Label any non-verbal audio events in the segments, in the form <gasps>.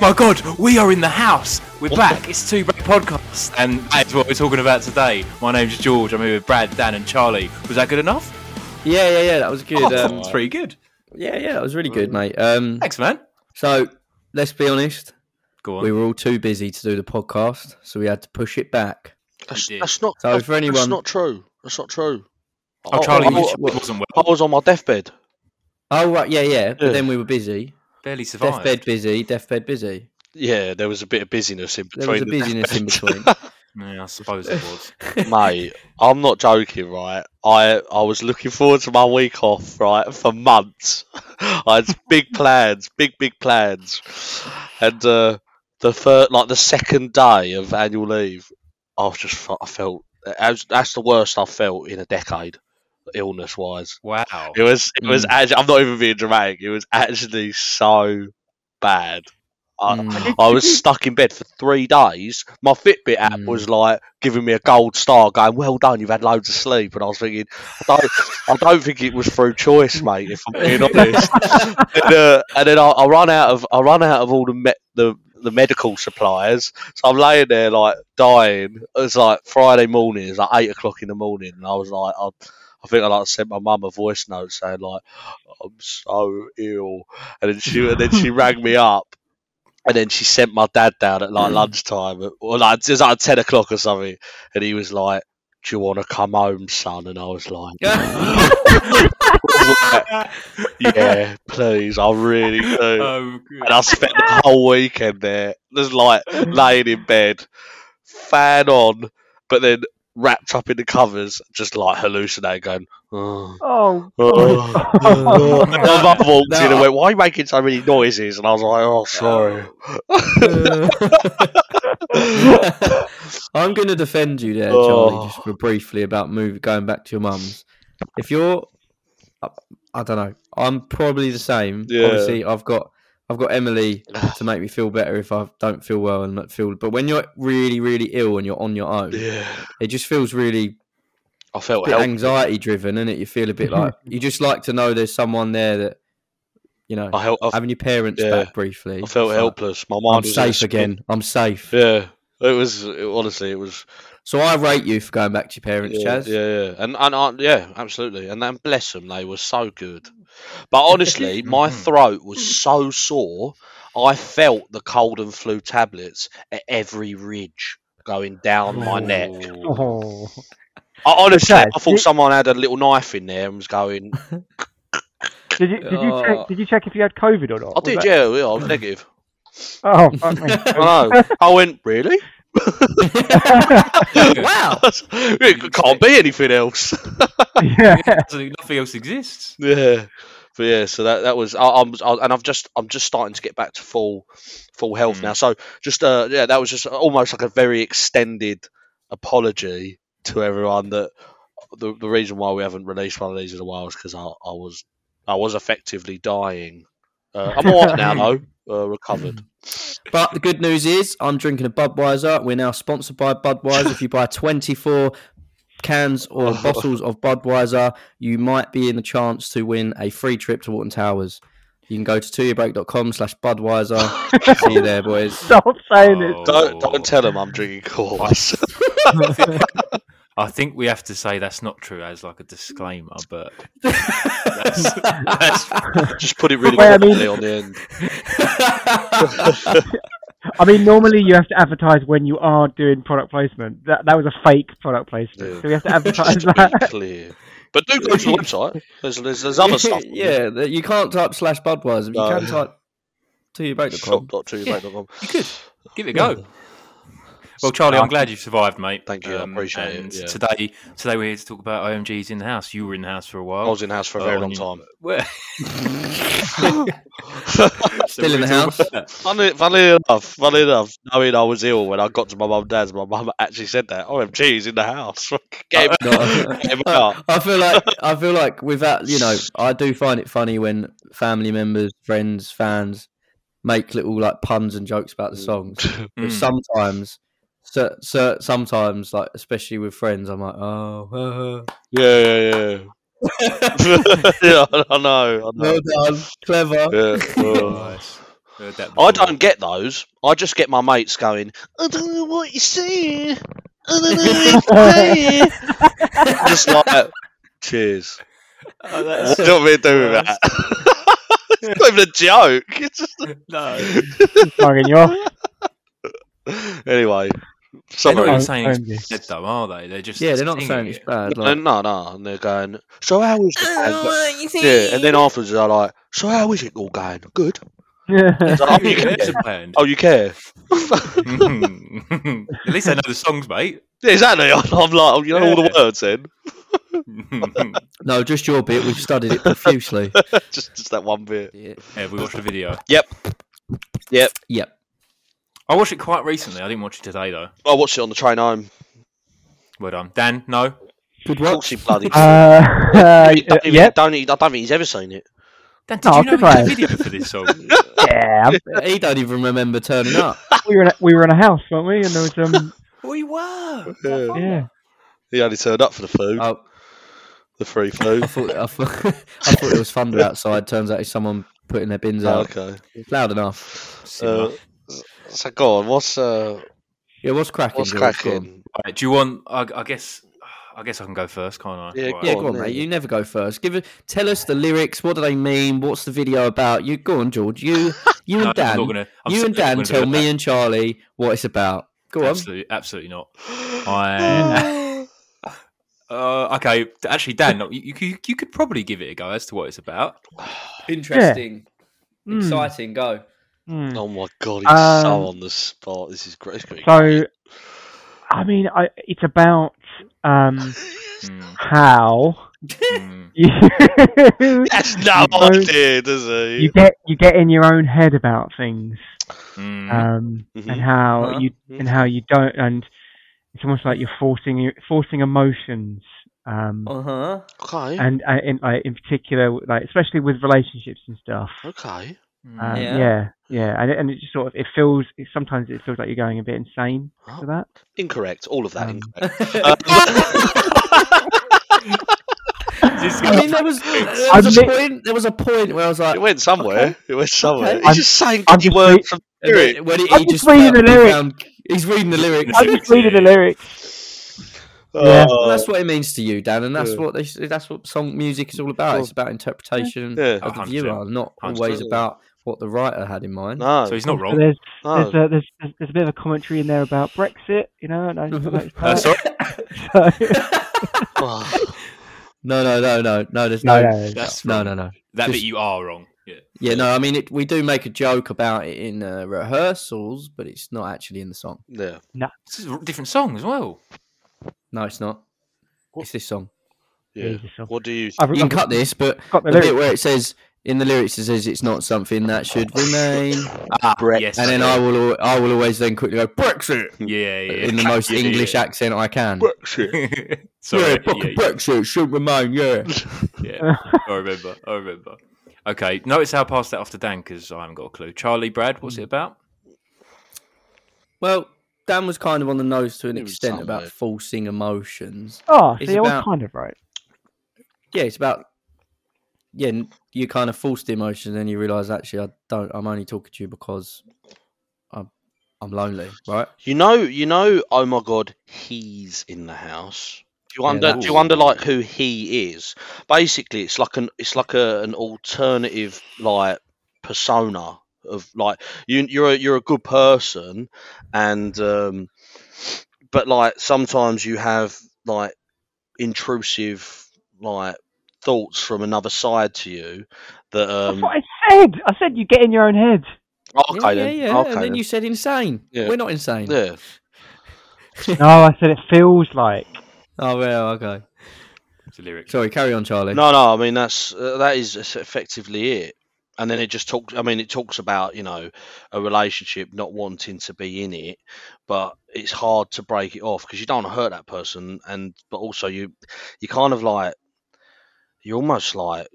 my god, we are in the house. We're back. It's two Brad podcasts, and that is what we're talking about today. My name's George. I'm here with Brad, Dan, and Charlie. Was that good enough? Yeah, yeah, yeah. That was good. Oh, I thought it um, was pretty good. yeah, yeah, that was really good, mate. Um, Thanks, man. so let's be honest, Go on. we were all too busy to do the podcast, so we had to push it back. You That's, did. that's not. So that's, for anyone- that's not true. That's not true. oh, Charlie, I, you I, what- wasn't I well. was on my deathbed. Oh right, yeah, yeah. But Yeah. then we were busy. Barely survived. Deathbed busy, deathbed busy. Yeah, there was a bit of busyness in between. There was a the busyness in deathbeds. between. Yeah, I suppose it was. <laughs> Mate, I'm not joking, right? I I was looking forward to my week off, right, for months. <laughs> I had big plans, big big plans, and uh, the first, like the second day of annual leave, I was just fe- I felt as that's the worst I've felt in a decade, illness wise. <laughs> Wow. It was it Mm. was actually, I'm not even being dramatic. It was actually so bad. I, Mm. I <laughs> was stuck in bed for three days. My Fitbit app Mm. was like giving me a gold star, going, "Well done, you've had loads of sleep." And I was thinking, I don't, I don't think it was through choice, mate. If I'm <laughs> being honest. and, uh, and then I, I run out of I run out of all the me- the the medical supplies. So I'm laying there like dying. It's like Friday morning. It's like eight o'clock in the morning, and I was like, I, I think I like sent my mum a voice note saying like, I'm so ill, and then she and then she rang me up. And then she sent my dad down at like lunchtime, or like it was like ten o'clock or something, and he was like, "Do you want to come home, son?" And I was <laughs> like, <laughs> "Yeah, please, I really do." Oh, good. and I spent the whole weekend there, just like laying in bed, fan on, but then wrapped up in the covers, just like hallucinating, going, oh. Oh, oh, <laughs> oh." And My mum walked in No. and went, Why are you making so many noises? And I was like, Oh, sorry. Uh. <laughs> I'm going to defend you there, Oh. Charlie, just for briefly about move going back to your mum's. If you're, I, I don't know, I'm probably the same. Yeah. Obviously, I've got I've got <sighs> Emily to make me feel better if I don't feel well and not feel. But when you're really really ill and you're on your own, Yeah. it just feels really I felt bit help. anxiety driven, and it you feel a bit <laughs> like you just like to know there's someone there that you know I, help, I, having your parents yeah. back briefly. I felt it's like, helpless. My mind I'm was in a safe spin. again. I'm safe. Yeah. It was it, honestly, it was So I rate you for going back to your parents, yeah, Chaz. Yeah, yeah, and and I, yeah, absolutely. And then bless them, they were so good. But honestly, my throat was so sore, I felt the cold and flu tablets at every ridge going down my neck. oh. I, honestly, Chaz, I thought you- someone had a little knife in there and was going. Did you did you Oh. check? Did you check if you had COVID or not? Uh, I Was did, that- yeah, yeah, I was negative. Oh, fuck me. <laughs> I know. I went really. <laughs> Wow. <laughs> it can't be anything else. <laughs> yeah. <laughs> Absolutely nothing else exists. Yeah, but yeah, so that that was I, I'm I, and I've just I'm just starting to get back to full full health Mm. now. So just uh yeah, that was just almost like a very extended apology to everyone that the the reason why we haven't released one of these in a while is because I, I was I was effectively dying. Uh, I'm alright now though, uh, recovered. <laughs> But the good news is I'm drinking a Budweiser. We're now sponsored by Budweiser. if you buy 24 cans or <laughs> Oh. bottles of Budweiser, you might be in the chance to win a free trip to Wharton Towers. You can go to twoyourbreak.com slash Budweiser. See you there, boys. <laughs> Stop saying it. Don't don't tell them I'm drinking Coors. I think we have to say that's not true as like a disclaimer, <laughs> but that's, that's just put it really Wait, I mean- quickly on the end. I mean, normally you have to advertise when you are doing product placement. That that was a fake product placement. Yeah. So we have to Just advertise <laughs> to be that. clear. But do go to the website. There's there's, <laughs> there's other stuff. on there. yeah, that- you can't type slash Budweiser. but You No. can type twoyourbreak.com. shop.tubeback.com. you could give it a go. Well, Charlie, um, I'm glad you survived, mate. Um, Thank you, I appreciate it, and yeah. Today, today we're here to talk about OMGs in the house. You were in the house for a I while. <laughs> was in the house for a very Oh, long you- time. <laughs> Well- <laughs> So Still in we're talking the <laughs> house. about <laughs> Hmm. that. Funny, funny enough, funny enough, knowing I was ill when I got to my mum and dad's, my mum actually said that. OMG, he's in the house. <laughs> Get him, <laughs> No. get him out. Uh, I feel <laughs> like I feel like without you know, I do find it funny when family members, friends, fans make little like puns and jokes about <laughs> the songs. But Mm. sometimes, so, so, sometimes like especially with friends, I'm like, oh, <laughs> Yeah, yeah, <laughs> yeah. yeah, I know, I know. well done, clever. <laughs> Yeah. oh. Nice. Heard that I before. don't get those. I just get my mates going, I don't know what you're saying. I don't know <laughs> what you're saying. just like that. Cheers. Oh, What that's do you want me to do with that? <laughs> it's not even a joke. It's just... no. Banging you off. Anyway. They're not even <laughs> Sorry. Sorry. saying Owned you. it's bad though, are they? They're just Yeah, they're not singing saying it's it. bad. No, Like, no, no. And they're going, so how is it? you see? Yeah, and then afterwards they're like, so how is it all going? Good. <laughs> Yeah. It's like, oh, <laughs> you care? It's a band. <laughs> Oh, you care? <laughs> At least I know the songs, mate. <laughs> Yeah, exactly. <laughs> I'm like, oh, you know all the Yeah. words then. <laughs> no, just your bit. We've studied it <laughs> profusely. just, just that one bit. Yeah. yeah, we watched the video. Yep. I watched it quite recently. I didn't watch it today though. I watched it on the train home. Well done, Dan. No, Good Of work. course he bloody. Uh, <laughs> uh, He <laughs> don't even- yep. don't he- I don't think he's ever seen it. Dan, did No, you know we good did a lad. video for this song? Yeah. <laughs> He don't even remember turning <laughs> up. We were in a, we were in a house, weren't we? And there was um <laughs> we were. Yeah. yeah. Uh, He only turned up for the food, Oh, the free I <laughs> food. thought I thought, <laughs> I thought it was thunder outside. Turns out it's someone putting their bins Oh, out. okay. It's loud enough. Similar. Uh, so go on. What's uh, Yeah, what's cracking? what's George? Go on. cracking? All right, do you want? I, I guess. I guess I can go first, can't I? Yeah, Right. Yeah, go Go on, on, then. mate. You never go first. Give it. Tell us the lyrics. What do they mean? What's the video about? You go on, George. <laughs> You, you No, and I'm Dan. not gonna- I'm you and simply not Dan gonna tell do me that. and Charlie what it's about. Go on. Absolutely, absolutely not. <gasps> <laughs> I, uh, okay, actually, Dan, no, you, you you could probably give it a go as to what it's about. Interesting. Mm. Go. Mm. Oh my god, he's Um, so on the spot. This is great. It's gonna be So, I mean, I, it's about um, Mm, how <laughs> mm. you, great. He has no So- idea, does he? you get you get in your own head about things, Mm. um, Mhm. and how Uh, you and how you don't, and it's almost like you're forcing forcing emotions, um, Uh huh. Okay. and uh, in like, in particular, like especially with relationships and stuff. Okay. <laughs> Um, Mm. Yeah. yeah. yeah, and it, and it just sort of it feels it, sometimes it feels like you're going a bit insane for that. Incorrect. All of that Um, <laughs> incorrect. Just I gonna- mean, there was, there was a Admit- point. There was a point where I was like, <laughs> It went somewhere. It went somewhere. Okay. He's I'm- just saying I'm good just words re- from and spirit. then- when he, I'm he just just reading the found- he lyrics. found- he's reading the lyrics. I'm just reading the lyrics. Yeah. Well, Oh, that's what it means to you, Dan, and that's Yeah. what they, that's what song music is all about. It's about interpretation Oh, Yeah. of the 100%. viewer, not always 100%. about what the writer had in mind. no. so he's not wrong. There's, no. there's, a, there's, there's there's a bit of a commentary in there about Brexit, you know. And I just noticed Uh, that. sorry? <laughs> So- Oh, <laughs> No, no, no, no, no. There's no, no, no, no. That's no, wrong. no, no. That Just- bit you are wrong. Yeah. Yeah, no. I mean, it, we do make a joke about it in uh, rehearsals, but it's not actually in the song. yeah. This is a different song as well. No, it's not. What? It's this song. Yeah. Jesus, I've- What do you? I've, You can cut this, but got the the bit lyrics. where it says in the lyrics it says it's not something that Oh, should remain, Ah, Brexit. yes. and then I will, al- I will always then quickly go Brexit Yeah, yeah. in the <laughs> most Yeah, yeah, English yeah. accent I can. Brexit. <laughs> Sorry. yeah, Yeah, fucking yeah, Brexit should remain. Yeah. yeah. I remember. I remember. Okay. Notice how I passed that off to Dan because I haven't got a clue. Charlie, Brad, what's it about? Well, Dan was kind of on the nose to an It was extent about somewhere. forcing emotions. Oh, It's see, I was about- kind of right. Yeah, it's about yeah, n- you kind of force the emotions, and then you realise actually I don't. I'm only talking to you because I'm I'm lonely, right? You know, you know. Oh my God, he's in the house. Do you Yeah, under? that's- do you wonder like who he is? Basically, it's like an it's like a, an alternative like persona of like you you're a, you're a good person, and um, but like sometimes you have like intrusive like thoughts from another side to you that That's um. what I said. I said you get in your <laughs> own head. Okay yeah, then. yeah, yeah. Okay and then you said insane. Yeah. We're not insane. then. Yeah. No, I said it feels like. Oh well, okay. It's a lyric. Sorry, carry on, Charlie. No, no. I mean, that's uh, that is es- effectively it. And then it just talks. I mean, it talks about you know a relationship not wanting to be in it, but it's hard to break it off because you don't want to hurt that person, and but also you you kind of like you're almost like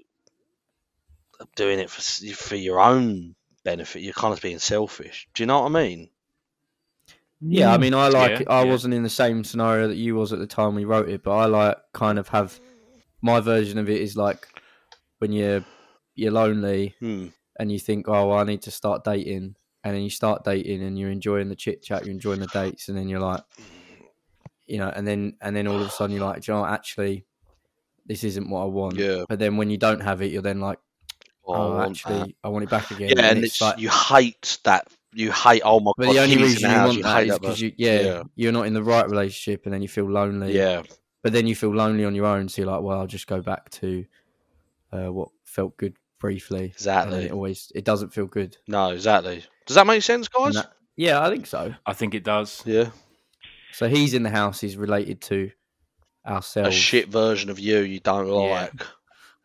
doing it for s- for your own benefit. You're kind of being selfish. Do you know what I mean? Yeah, I mean, I like. Yeah, I yeah. wasn't in the same scenario that you was at the time we wrote it, but I like kind of have my version of it is like when you're you're lonely Hmm. and you think, oh, I need to start dating, and then you start dating and you're enjoying the chit chat, you're enjoying the dates, and then you're like, you know, and then and then all of a sudden you're like, Do you know, what, actually, this isn't what I want. Yeah. But then when you don't have it, you're then like, I oh, want actually, that. I want it back again. yeah, and it's, like, you hate that. You hate. Oh my but god! the only keys in reason you house, want that hate is but- because you, yeah, Yeah. you're not in the right relationship, and then you uh, feel lonely. yeah, but then you feel lonely on your own. So you're like, well, I'll just go back to uh, what felt good briefly. And then exactly. it always it doesn't feel good. No, exactly. Does that make sense, And guys? that- yeah, I think so. I think it does. Yeah. So he's in the house. He's related to A ourselves. shit version of you you don't Yeah. like.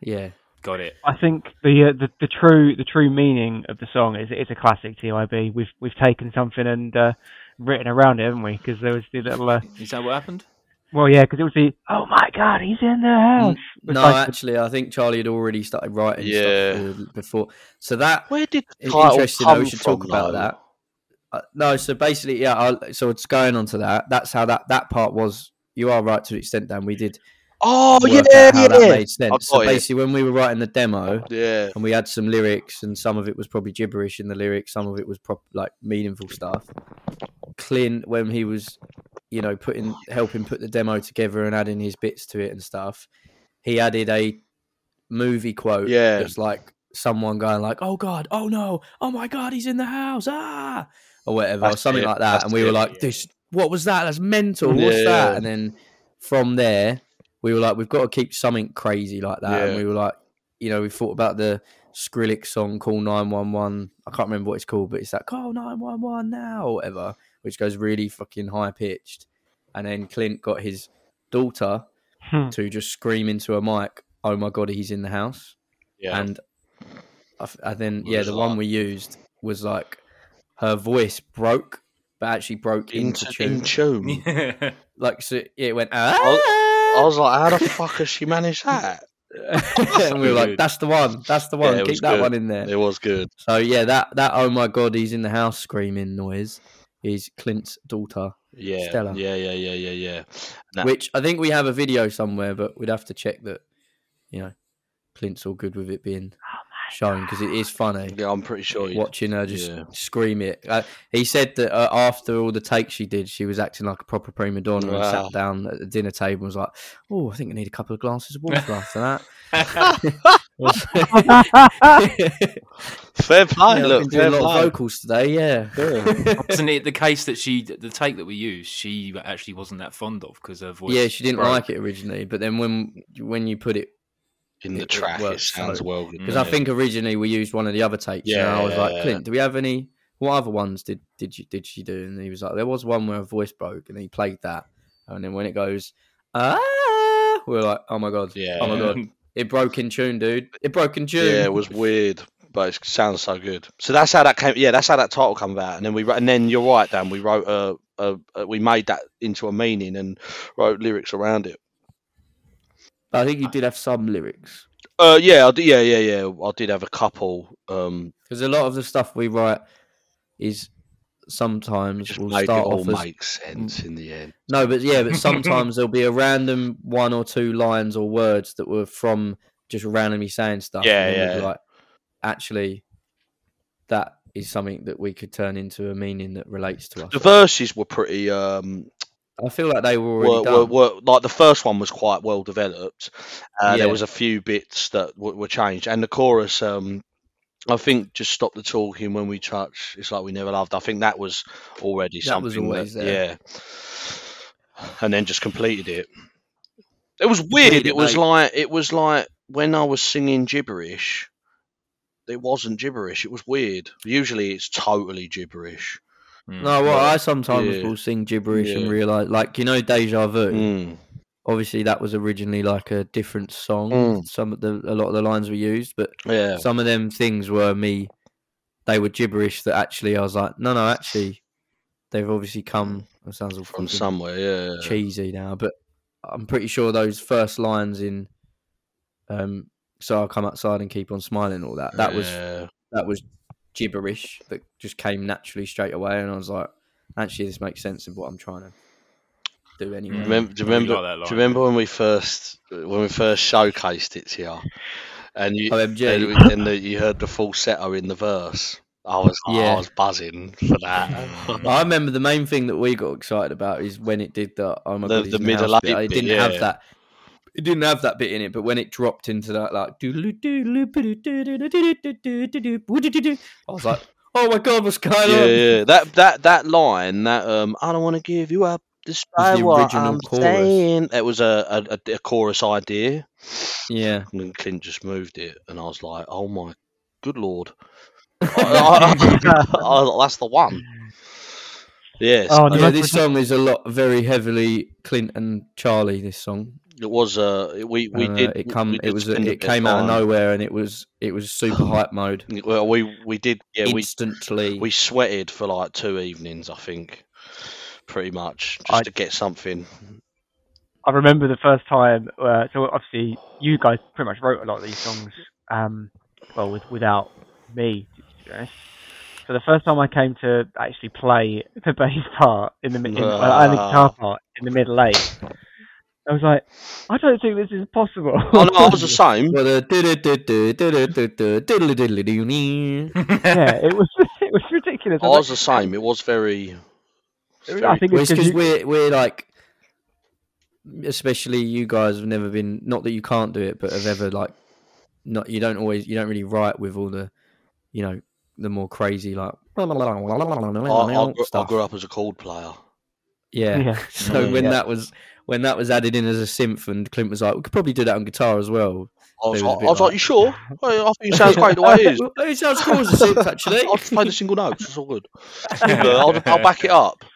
Yeah, Got it. I think the, uh, the the true the true meaning of the song is it's a classic TIB. We've we've taken something and uh, written around it, haven't we? Because there was the little uh, Is that what happened? well, yeah, because it was the oh my god, he's in the Mm, house. It's no, like the- actually, I think Charlie had already started writing Yeah. stuff for- before. So that Where did the It's title interesting come though, we should from, talk about though? that. Uh, no, so basically, yeah. I, so it's going on to that. That's how that that part was. You are right to an extent, Dan. We did. Oh work yeah, out how that yeah, made sense. So got it. basically, when we were writing the demo, yeah. and we had some lyrics, and some of it was probably gibberish in the lyrics, some of it was prop- like meaningful stuff. Clint, when he was, you know, putting helping put the demo together and adding his bits to it and stuff, he added a movie quote. Yeah. that's like someone going like, "Oh God, oh no, oh my God, he's in the house, ah," or whatever, or That's something it, like that. that's And we were it, like, "This, what was that? That's mental. What's Yeah. that?" And then from there, we were like, "We've got to keep something crazy like that." Yeah. And we were like, you know, we thought about the Skrillex song "Call 911." I can't remember what it's called, but it's that "Call 911 now" or whatever, which goes really fucking high pitched. And then Clint got his daughter Hmm. to just scream into a mic, "Oh my god, he's in the house!" Yeah. And I f- and then It yeah, was the like- one we used was like her voice broke, but actually broke into, into tune. in tune. <laughs> Yeah. Like so, it went I ah, was like, how the fuck has she managed that? "Ah!" <laughs> <laughs> and we were like, good. "That's the one. That's the one. Yeah, it was Keep that good. one in there." It was good. So yeah, that that oh my god, he's in the house screaming noise is Clint's daughter, Yeah, Stella. yeah, yeah, yeah, yeah, yeah. Nah. which I think we have a video somewhere, but we'd have to check that. You know, Clint's all good with it being Oh shown because it is funny Yeah, I'm pretty sure. you- watching her just yeah. scream it. Uh, he said that uh, after all the takes she did, she was acting like a proper prima donna and Wow. sat down at the dinner table and was like, "Oh, I think I need a couple of glasses of water after <laughs> that." hmm. <laughs> <laughs> Fair play. Yeah, I've look, been doing fair a lot play. of vocals today. Yeah. Wasn't it the case that she, the take that we used, she actually wasn't that fond of because her voice. Yeah, she didn't broke. like it originally, but then when when you put it, In <laughs> the It track, it works, sounds so- well. because I think originally we used one of the other takes, yeah, Yeah, I was yeah, like, yeah. Clint, do we have any? What other ones did did you did she do? And he was like, there was one where her voice broke, and he played that, and then when it goes, ah, we were like, oh my god, Yeah. oh my god, it broke in tune, dude, it broke in tune. Yeah, it was weird, but it sounds so good. So that's how that came. Yeah, that's how that title came about. And then we wrote, and then you're right, Dan. We wrote a, a, a we made that into a meaning and wrote lyrics around it. But I think you did have some lyrics Uh, yeah, I did, yeah, yeah, yeah. I did have a couple. Um, because a lot of the stuff we write is sometimes just will make it start all off as mm. make sense in the end. No, but yeah, <laughs> but sometimes there'll be a random one or two lines or words that were from just randomly saying stuff. Yeah, and then we'd be yeah. Like, actually, that is something that we could turn into a meaning that relates to us. The verses were pretty um I feel like they were already were, were, done. were like the first one was quite well developed. Uh, There Yeah. was a few bits that w- were changed, and the chorus, um, I think, just stop the talking when we touch. It's like we never loved. I think that was already That something. was always there. Yeah, and then just completed it. It was weird. Completed It was late. like it was like when I was singing gibberish. It wasn't gibberish. It was weird. Usually, it's totally gibberish. Mm. No, well, I sometimes Yeah. will sing gibberish and Yeah. realize, like you know, deja vu. Mm. Obviously, that was originally like a different song. Mm. Some of the a lot of the lines were used, but Yeah. some of them things were me they were gibberish that actually I was like, no no, actually they've obviously come it sounds all From fucking uh, somewhere, yeah. cheesy now, but I'm pretty sure those first lines in um so I'll come outside and keep on smiling all that. That was Yeah. that was gibberish that just came naturally straight away and I was like, actually this makes sense of what I'm trying to do anyway. Mm. Remember, do you I really remember? like that do you line. remember when we first when we first showcased it here? and Oh, you and, OMG. we- and the, you heard the falsetto in the verse. I was I Yeah. was buzzing for that. <laughs> I remember the main thing that we got excited about is when it did that. Oh my The- god, the the middle middle bit. eight It bit, didn't have yeah. that. It didn't have that bit in it, but when it dropped into that like doodle doodle I was like, oh my god, what's going yeah, on? yeah. That that that line that um I don't want to give you up despite the what original I'm chorus. saying. It was a, a- a a chorus idea, Yeah, and then Clint just moved it, and I was like, oh my <laughs> good lord, I- I- <laughs> I- that's the one. Yes, Oh, no. yeah. This song is a lot very heavily Clint and Charlie. This song, it was. Uh, we we And, uh, did. It we- come. we It did was. spend a It bit came out of time- nowhere, and it was. It was super hype mode Well, we we did. Yeah, we instantly. we sweated for like two evenings, I think, pretty much, just I- to get <laughs> something. I remember the first time. Uh, so obviously, you guys pretty much wrote a lot of these songs. Um, well, with, without me, to be honest. So the first time I came to actually play <laughs> the bass part in the mi- in, well, and the guitar part in the middle eight, I was like, I don't think this is possible. Oh no, I <laughs> was the same. Well, the diddle-diddle-diddle-diddle-diddle-diddle-dee. <laughs> yeah, it <laughs> was it was ridiculous. I was was the same. It was very. like- very I think Well, it's it's because because we're we're like, especially you guys have never been. Not that you can't do it, but have ever like, not you don't always you don't really write with all the, you know, the more crazy like. I, I, grew, I stuff. grew up as a chord player. Yeah. Yeah. <laughs> So Mm, when yeah. that was when that was added in as a synth, and Clint was like, "We could probably do that on guitar as well." I was, They was a like, I bit was like, like- <laughs> "You sure? Well, I think it sounds great the way it is. Well, <laughs> it sounds cool as a synth, actually. I'll just play the single notes. It's all good. I'll, I'll back it up." <laughs>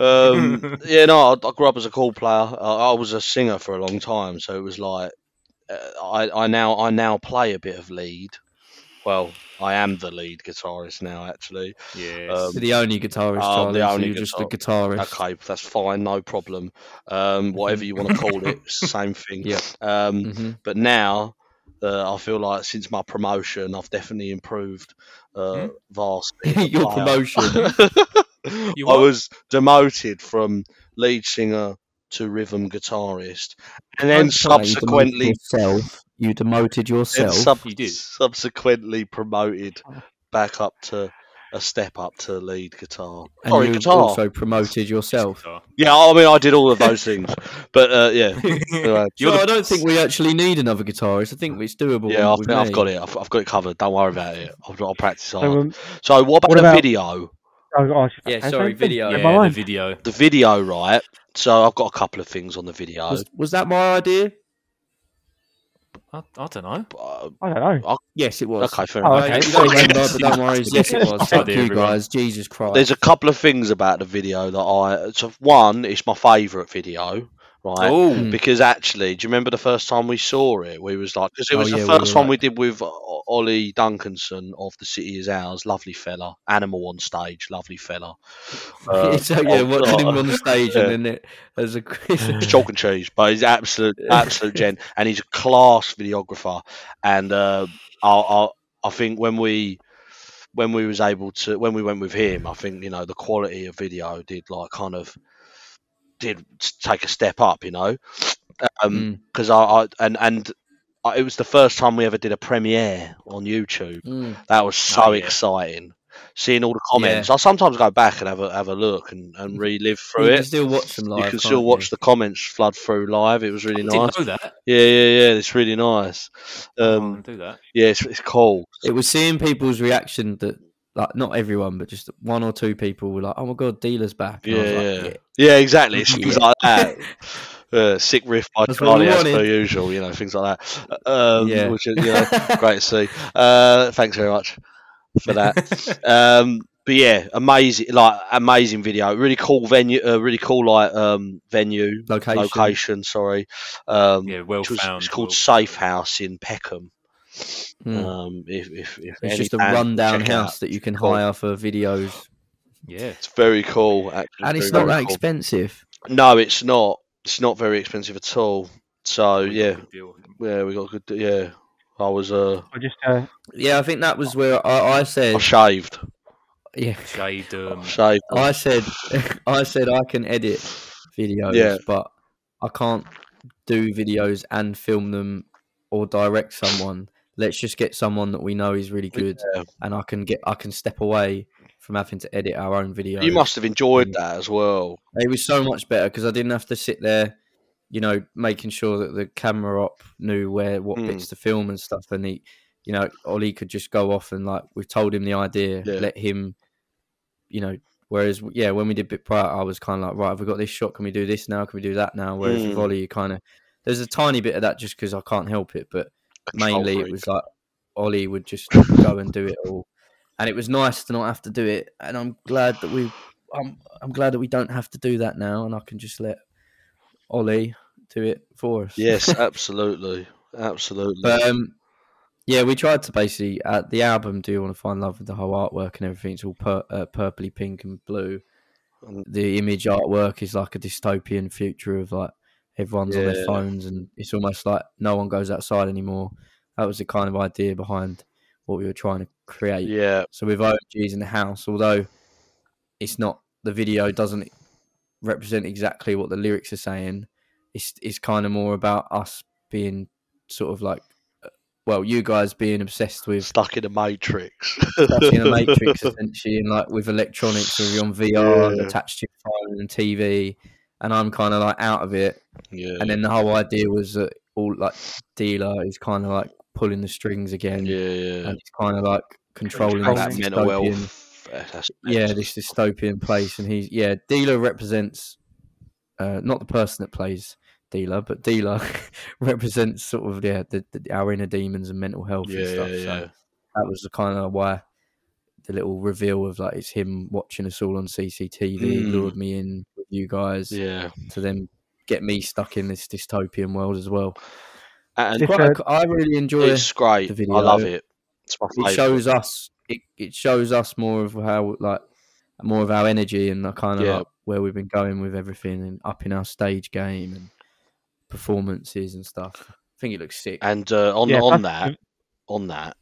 Um, yeah, no, I, I grew up as a chord player. I, I was a singer for a long time, so it was like uh, I, I now I now play a bit of lead. Well, I am the lead guitarist now, actually. Yes. Um, You're the only guitarist, I'm Oh, Charlie. the so only you're just a guitarist. Okay, that's fine, no problem. Um, whatever you want to call it, same thing. <laughs> Yeah. Um, Mhm. But now, uh, I feel like since my promotion, I've definitely improved uh, vastly. as <laughs> a Hmm? <laughs> Your player. promotion. <laughs> You I what? was demoted from lead singer to rhythm guitarist, and then Don't tell me you demoted subsequently, yourself. You demoted then yourself. sub- You did. subsequently promoted back up to a step up to lead guitar. and Sorry, you guitar. also promoted yourself. Yeah, I mean, I did all of those things, but uh, yeah, anyway, You're so the- I don't think we actually need another guitarist. I think it's doable. yeah, I've, with I've me. got it. I've, I've got it covered. Don't worry about it. I'll, I'll practice so, hard. um, so, what about what the about- video? I was- I was- Yeah, I sorry, don't think- video. yeah, yeah, my the mind- video. The video, right? So, I've got a couple of things on the video. Was, was that my idea? I, I don't know. Uh, I don't know. Yes, it was. okay, fair Oh, enough. <laughs> okay. Okay, you don't remember, but don't worry. Yes, it was. Fuck you Everyone. guys. Jesus Christ. There's a couple of things about the video that I. So one, it's my favourite video, right? Oh, Because actually, do you remember the first time we saw it? We was like, because it Oh, was yeah, the we first were one we did with O- Ollie Duncanson of The City Is Ours, lovely fella, animal on stage, lovely fella. Uh, <laughs> so, yeah, oh, watching God. him on the stage Yeah. and then it as a <laughs> <laughs> He's chalk and cheese, but he's absolute, absolute gen, and he's a class videographer. And uh, I, I, I think when we, when we was able to, when we went with him, I think you know the quality of video did like kind of did s- take a step up, you know, um, Mm. because I, I and and I, it was the first time we ever did a premiere on YouTube. Mm. That was so Oh, yeah. exciting. Seeing all the comments, I sometimes go back and have a have a look and, and relive through you it can still watch them live. you can can't still watch the comments flood through live. It was really I nice. didn't know that. Yeah, yeah, yeah. It's really nice. Um, I'll do that. yeah, it's, it's cool. It was seeing people's reaction that, like, not everyone, but just one or two people were like, "Oh my god, dealer's back." And I was Yeah, like, yeah. Yeah, exactly. It's things Yeah. <laughs> like that. Uh, sick riff by That's what Charlie we as per wanted. usual. You know, things like that. Um, Yeah. Which is <laughs> you know, great to see. Uh, thanks very much for that. um, but yeah, amazing, like amazing video. Really cool venue. Uh, really cool like um, venue Location. location. Sorry. Um, <laughs> Yeah, well which was- found. it's called well- Safe House in Peckham. Mm. Um, if, if, if It's any just a band rundown check it out, house that you can cool. hire for videos, Yeah. It's very cool, actually. and it's very, not that very cool. expensive. No, it's not. It's not very expensive at all. So we got a yeah, good deal. yeah, we got a good. d- Yeah, I was uh, I just uh, Yeah, I think that was where I, I I said, shaved, <laughs> yeah, Shade. Um, I shaved. I said, <laughs> I said I can edit videos, Yeah. but I can't do videos and film them or direct someone. let's just get someone that we know is really good, Yeah. and I can get I can step away from having to edit our own video. You must have Mm. enjoyed that as well. It was so much better because I didn't have to sit there, you know, making sure that the camera op knew where what Hmm. bits to film and stuff. And he, you know, Ollie could just go off and like we've told him the idea, Yeah. let him, you know. Whereas yeah, when we did bit prior, I was kind of like, right, have we got this shot? Can we do this now? Can we do that now? Whereas with Hmm. Ollie, you kind of there's a tiny bit of that just because I can't help it, but Control mainly it freak. was like Ollie would just go and do it all, and it was nice to not have to do it. And I'm glad that we, I'm I'm glad that we don't have to do that now, and I can just let Ollie do it for us. <laughs> yes, absolutely, absolutely. but um, yeah, we tried to basically uh, the album. Do you want to find love with the whole artwork and everything? It's all pur- uh, purpley pink and blue. And- The image artwork is like a dystopian future of like everyone's on Yeah. their phones, and it's almost like no one goes outside anymore. That was the kind of idea behind what we were trying to create. yeah, So with OMGs in the house, although it's not the video doesn't represent exactly what the lyrics are saying, it's it's kind of more about us being sort of like, uh, well, you guys being obsessed <laughs> with stuck in a matrix. stuff in a matrix essentially, and like with electronics, or you're on VR and Yeah. attached to your phone and TV, and I'm kind of like out of it. <laughs> yeah, And then the whole idea was that all like dealer is kind of like pulling the strings again, yeah, yeah. and it's kind of like controlling Controlling that that mental Oh, dystopian health. uh, that's- yeah, this dystopian place, and he's yeah, Dealer represents uh, not the person that plays Dealer, but Dealer <laughs> represents sort of yeah, the, the, our inner demons and mental health yeah, and stuff. yeah. So that was the kind of why the little reveal of like it's him watching us all on CCTV Mm. lured me in with you guys yeah. to then get me stuck in this dystopian world as well. And It's Quite a- a- I really enjoy it's great. the I love video. it. It's my it favorite. shows us it, it shows us more of how like more of our energy and the kind of Yeah. like where we've been going with everything and upping our stage game and performances and stuff. I think it looks sick. And uh, on Yeah, on that's- that, on that,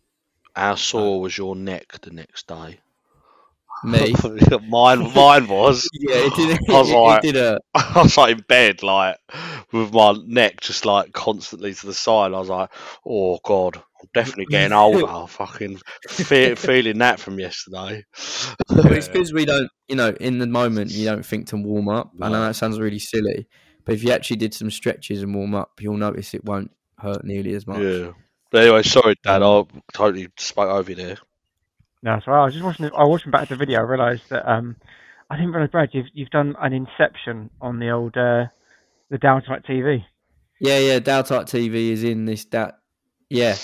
our sore was your neck the next day. <laughs> Me, <laughs> mine, mine was. yeah, it did. I was it- it like, did a <laughs> I was like in bed, like with my neck just like constantly to the side. I was like, oh god, I'm definitely <laughs> getting older. I'm fucking fe- feeling that from yesterday. but it's because we don't, you know, in the moment you don't think to warm up. I know No. that sounds really silly, but if you actually did some stretches and warm up, you'll notice it won't hurt nearly as much. Yeah. But anyway, sorry, Dad. I totally spoke over you there. No, so I was just watching. I was watching back the video. I realised that um, I didn't realise, Brad, you've you've done an Inception on the old uh, the Downright TV. yeah, yeah. Dowtite TV is in this. That, yeah,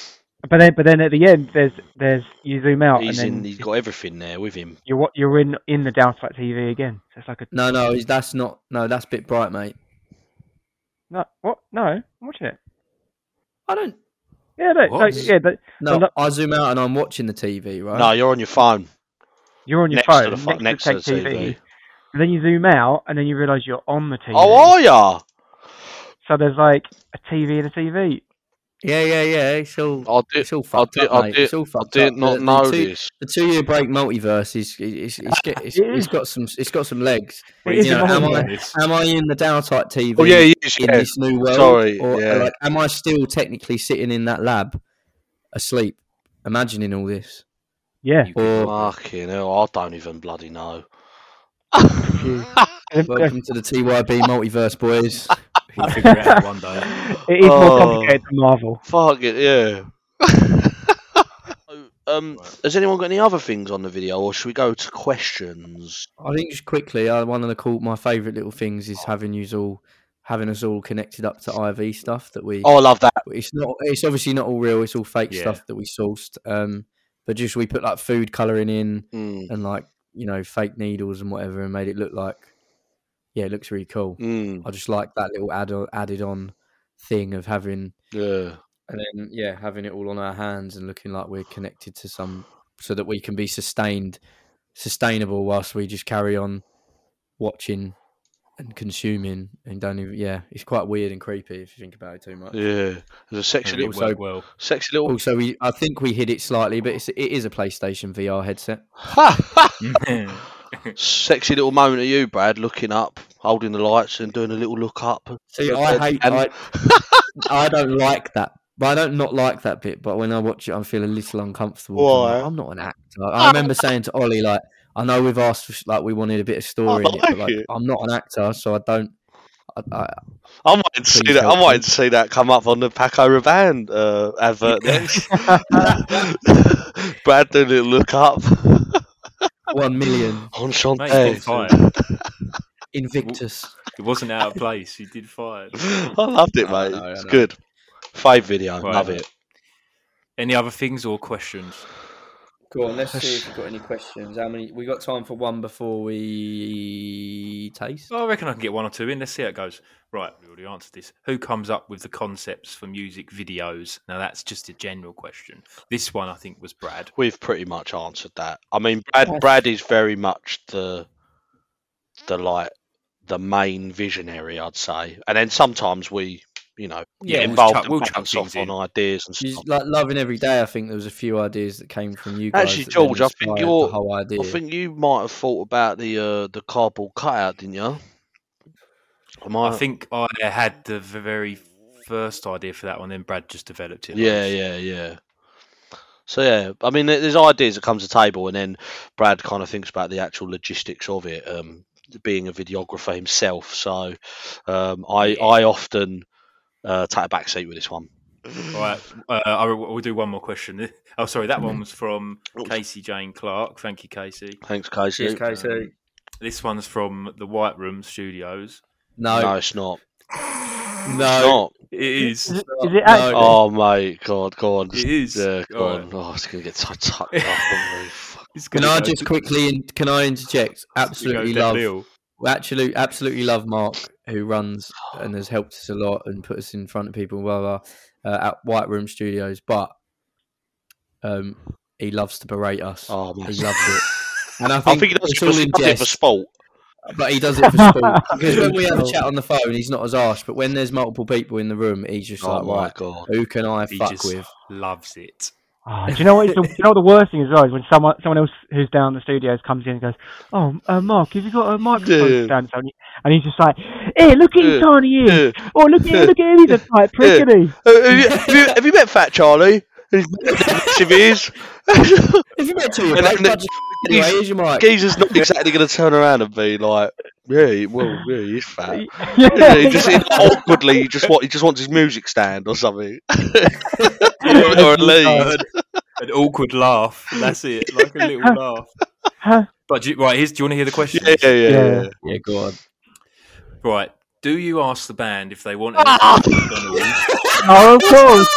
But then, but then at the end, there's there's you zoom out He's in. and then He's got everything there with him. you're what you're in in the Downright TV again. So it's like a no, no. That's not. No, that's bit bright, mate. no, what? No, I'm watching it. I don't. Yeah, look, What? so, yeah, but No, look- I zoom out and I'm watching the TV, right? No, you're on your phone. you're on your Next to phone the fu- next to Tech the TV. And then you zoom out, and then you realise you're on the TV. Oh, are ya? So there's like a TV and a TV. Yeah, yeah, yeah. It's all. I did. It's all fucked did- up, I mate. did- it's all I fucked did up. not the, the know two, this. The two-year break multiverse is it's, it's, it's, it's, it's got some it's got some legs. It is You know, a am multiverse. I am I in the Dowtite TV? Oh yeah, he is, in yeah. this new world. Sorry, or yeah. like, am I still technically sitting in that lab, asleep, imagining all this? Yeah. You Or- Fucking hell, I don't even bloody know. Welcome to the <laughs> TYB multiverse, boys. I'll figure it out one day. <laughs> It is more Oh. <laughs> complicated than Marvel. Fuck it, yeah. <laughs> um, has anyone got any other things on the video, or should we go to questions? I think just quickly, uh, one of the cool, my favourite little things is having you all, having us all connected up to IV stuff that we. Oh, I love that. It's not. It's obviously not all real. It's all fake Yeah. stuff that we sourced. Um, but just we put like food colouring in Mm, and like you know fake needles and whatever, and made it look like. Yeah, it looks really cool. mm, I just like that little add added on thing of having yeah. and then yeah having it all on our hands and looking like we're connected to some so that we can be sustained sustainable whilst we just carry on watching and consuming and don't even yeah it's quite weird and creepy if you think about it too much Yeah, there's a sexy It little, also- worked well. sexy little. also we i think we hid it slightly but it's, it is a playstation vr headset <laughs> sexy little moment of you, Brad, looking up, <laughs> holding the lights, and doing a little look up. see i hate I, I don't like that But I don't not like that bit. But when I watch it, I feel a little uncomfortable. 'cause I'm, like, Why? I'm not an actor. I remember saying to Ollie, like, I know we've asked for sh- like we wanted a bit of story in it, but like like it. I'm not an actor, so I don't. I, I, I'm waiting to see Please that. I'm help waiting to see that come up on the Paco Rabanne uh, advert next. <laughs> Brad did it look up one million on Mate, he Chantel. got fired. Invictus. It wasn't out of place. He did fire. I loved it, I mate. know, I it's know. good. Fave video. Right. Love it. Any other things or questions? Cool. And let's see if you've got any questions. How many? We got time for one before we taste. Well, Oh, I reckon I can get one or two in. Let's see how it goes. Right, we already answered this. Who comes up with the concepts for music videos? Now, that's just a general question. This one, I think, was Brad. We've pretty much answered that. I mean, Brad. Brad is very much the the like the main visionary, I'd say. And then sometimes we, you know, Yeah, get we'll involved chuck- and we'll chuck bounce off things on in. ideas and She's stuff. like loving every day. I think there was a few ideas that came from you guys. Actually, that then George, I think inspired you're- the whole idea. I think you might have thought about the uh, the cardboard cutout, didn't you? Am I think I had the v- very first idea for that one, then Brad just developed it. Yeah, yeah, yeah. So yeah, I mean, there- there's ideas that come to table, and then Brad kind of thinks about the actual logistics of it, um, being a videographer himself. So um, I I often uh, take a back seat with this one. All right, uh, I, will do one more question. <laughs> Oh, sorry, that one was from Oops. Casey Jane Clark. Thank you, Casey. Thanks, Casey. Cheers, Casey. This one's from the White Room <laughs> Studios. No, No, it's not. no, It's not. It is. Is it actually? Oh my god, go on. It is. Yeah, go All on. Oh, it's gonna get so tucked up. on me. Fuck. It's Can gonna I go just to- quickly? Can I interject? it's gonna go Absolutely down love. the hill. We absolutely, absolutely love Mark, who runs and has helped us a lot and put us in front of people, blah blah, uh, at White Room Studios. But um, he loves to berate us. Oh my. He loves it, and I I think, think that's it's all in just for jest. sport. But he <laughs> does it for sport because when we have a chat on the phone, he's not as harsh. But when there's multiple people in the room, he's just Oh like, my right, god. who can I He fuck just <laughs> with? loves it. Ah, do you know what? Is the, do you know what the worst thing as well is when someone someone else who's down in the studios comes in and goes, "Oh, uh, Mark, have you got a microphone Yeah. stand?" And he- And he's just like, "Hey, look at Yeah. his tiny ears! Yeah. Oh, look at look at him! <laughs> He's a tight prick, Yeah. isn't he?" Uh, have, you, have, you, have you met Fat Charlie? He's massive <laughs> ears. If you met to you, And mate, then the- budget- anyway, here's your mic. Geezer's not exactly going to turn around and be like, "Yeah, he- well, yeah, he's fat." Yeah. Yeah, he just he <laughs> awkwardly, he just what he just wants his music stand or something, <laughs> or, or a lead. An awkward laugh. That's it. Like a <laughs> little laugh. Huh? But do you, right, here's. Do you want to hear the question? Yeah, yeah, yeah. Yeah. yeah. Yeah, go on. Right. Do you ask the band if they <laughs> want anything from McDonald's? <laughs> oh, of course.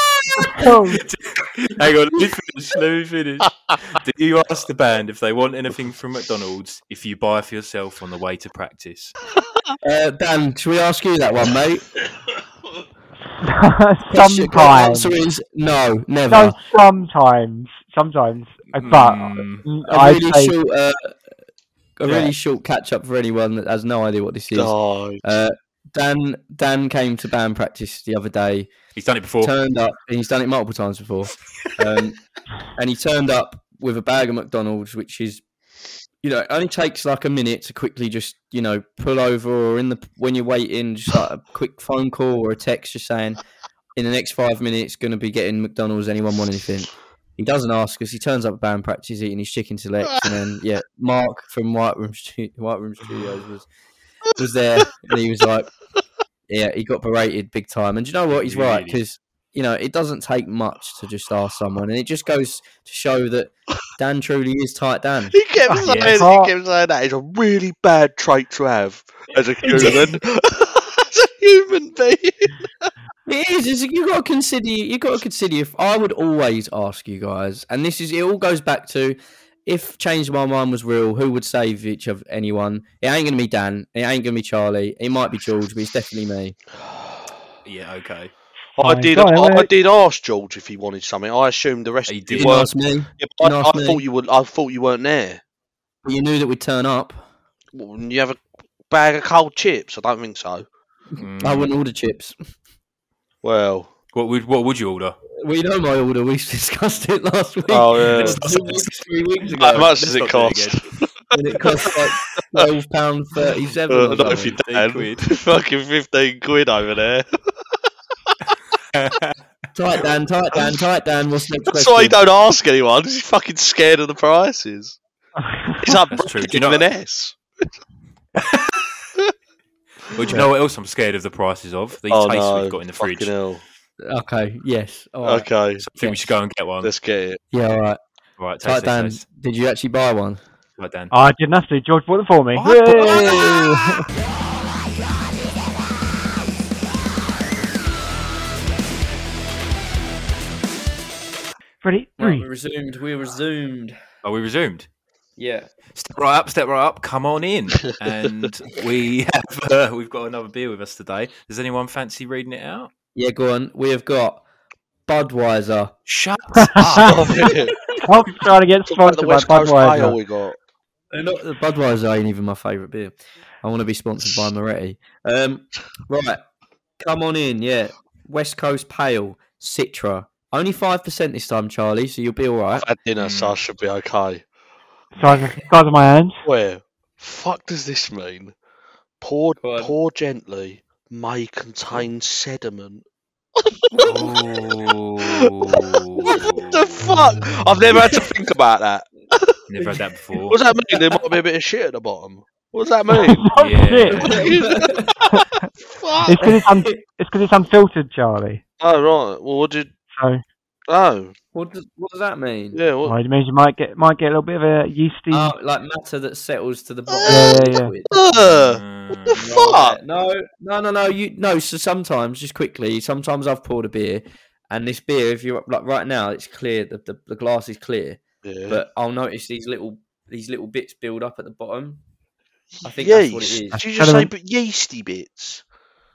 <laughs> Of course. Hang on, let me finish. Let me finish. Do you ask the band if they want anything from McDonald's if you buy for yourself on the way to practice? Uh, Dan, should we ask you that <laughs> one, mate? Question- the sometimes, answer is no, never. no, sometimes, sometimes. Uh, But Mm. mm, a I'd really say short, uh, a Yeah. really short catch up for anyone that has no idea what this is. Oh, Uh, Dan Dan came to band practice the other day, He's done it before. turned up, and he's done it multiple times before. Um, and he turned up with a bag of McDonald's, which is, you know, it only takes like a minute to quickly just, you know, pull over or in the when you're waiting, just like a quick phone call or a text just saying, in the next five minutes, going to be getting McDonald's. Anyone want anything? He doesn't ask us. He turns up at band practice eating his chicken selects, and then yeah, Mark from White Room Stu- White Room Studios was was there, and he was like, yeah, he got berated big time. And do you know what? He's right Really? because you know it doesn't take much to just ask someone, and it just goes to show that Dan truly is tight Dan. he kept saying, yeah. he kept saying that is a really bad trait to have <laughs> as a human. as a human being. It is. It's, you got to consider. You got to consider. If I would always ask you guys, and this is, it all goes back to, if change my mind was real, who would save each of anyone? It ain't gonna be Dan. It ain't gonna be Charlie. It might be George, but it's definitely me. Yeah, okay. I Fine, did. go on, I, I mate. did ask George if he wanted something. I assumed the rest He of You didn't you didn't weren't. ask me, Yeah, but I, didn't ask I me. thought you would. I thought you weren't there. but you knew that we'd turn up. Well, You have a bag of cold chips. I don't think so. Mm. I wouldn't order chips. Well, What would what would you order? We know my order. We <laughs> discussed it last week. <laughs> oh yeah. Three weeks ago, How much Let's does it not do cost? again. and it cost <laughs> like twelve pound thirty-seven. Uh, or not if you something. Eight <laughs> Dan. quid. <laughs> Fucking fifteen quid over there. Tight Dan, tight Dan, tight Dan. What's the next That's <laughs> question? why you don't ask anyone. 'cause He's fucking scared of the prices. <laughs> It's like That's true. Do you breaking know- with an S. Well, do you know what else I'm scared of the prices of? These Oh tastes no! we've got in the fridge. fucking So hell. Okay, yes. All right. Okay, I think we should go and get one. let's get it. Yeah, all right. Right, Tight taste, taste, Dan, taste. did you actually buy one? Right, Dan. I didn't have to. George bought it for me. Yay! Ready? Right, we Three. resumed. We resumed. Are we resumed? Yeah. Step right up, step right up. Come on <laughs> in, and we have uh, we've got another beer with us today. Does anyone fancy reading it out? Yeah, go on. We have got Budweiser. Shut <laughs> Oh, up! <laughs> yeah. I'm trying to get Talk about the sponsored by West Coast Ale Budweiser. we got. Uh, Not the Budweiser ain't even my favourite beer. I want to be sponsored by Moretti. Um, right, come on in. Yeah, West Coast Pale Citra. Only five percent this time, Charlie. So you'll be all <laughs> right. I've had Hmm. dinner, so I should be okay. Size of, size of my hands. <laughs> Where? Fuck does this mean? Pour, Go on. pour gently. May contain sediment. What the fuck? I've never had to think about that. Never had that before. What does that mean? There might be a bit of shit at the bottom. What does that mean? That's Yeah. it. Fuck. Oh, It's because it's, <laughs> un- it's 'cause it's unfiltered, Charlie. Oh right. Well, what did? So Oh What does, what does that mean? yeah. What? well, it means you might get might get a little bit of a yeasty. Uh, Oh, like matter that settles to the bottom. Yeah, yeah, yeah. Ugh. Uh, what the Right, fuck? No, no, no, no. You no. So sometimes, just quickly, sometimes I've poured a beer, and this beer, if you're like right now, it's clear. The the, the glass is clear, Yeah. but I'll notice these little these little bits build up at the bottom. I think that's what it Yeast. is. Did you That's just say sediment. but yeasty bits?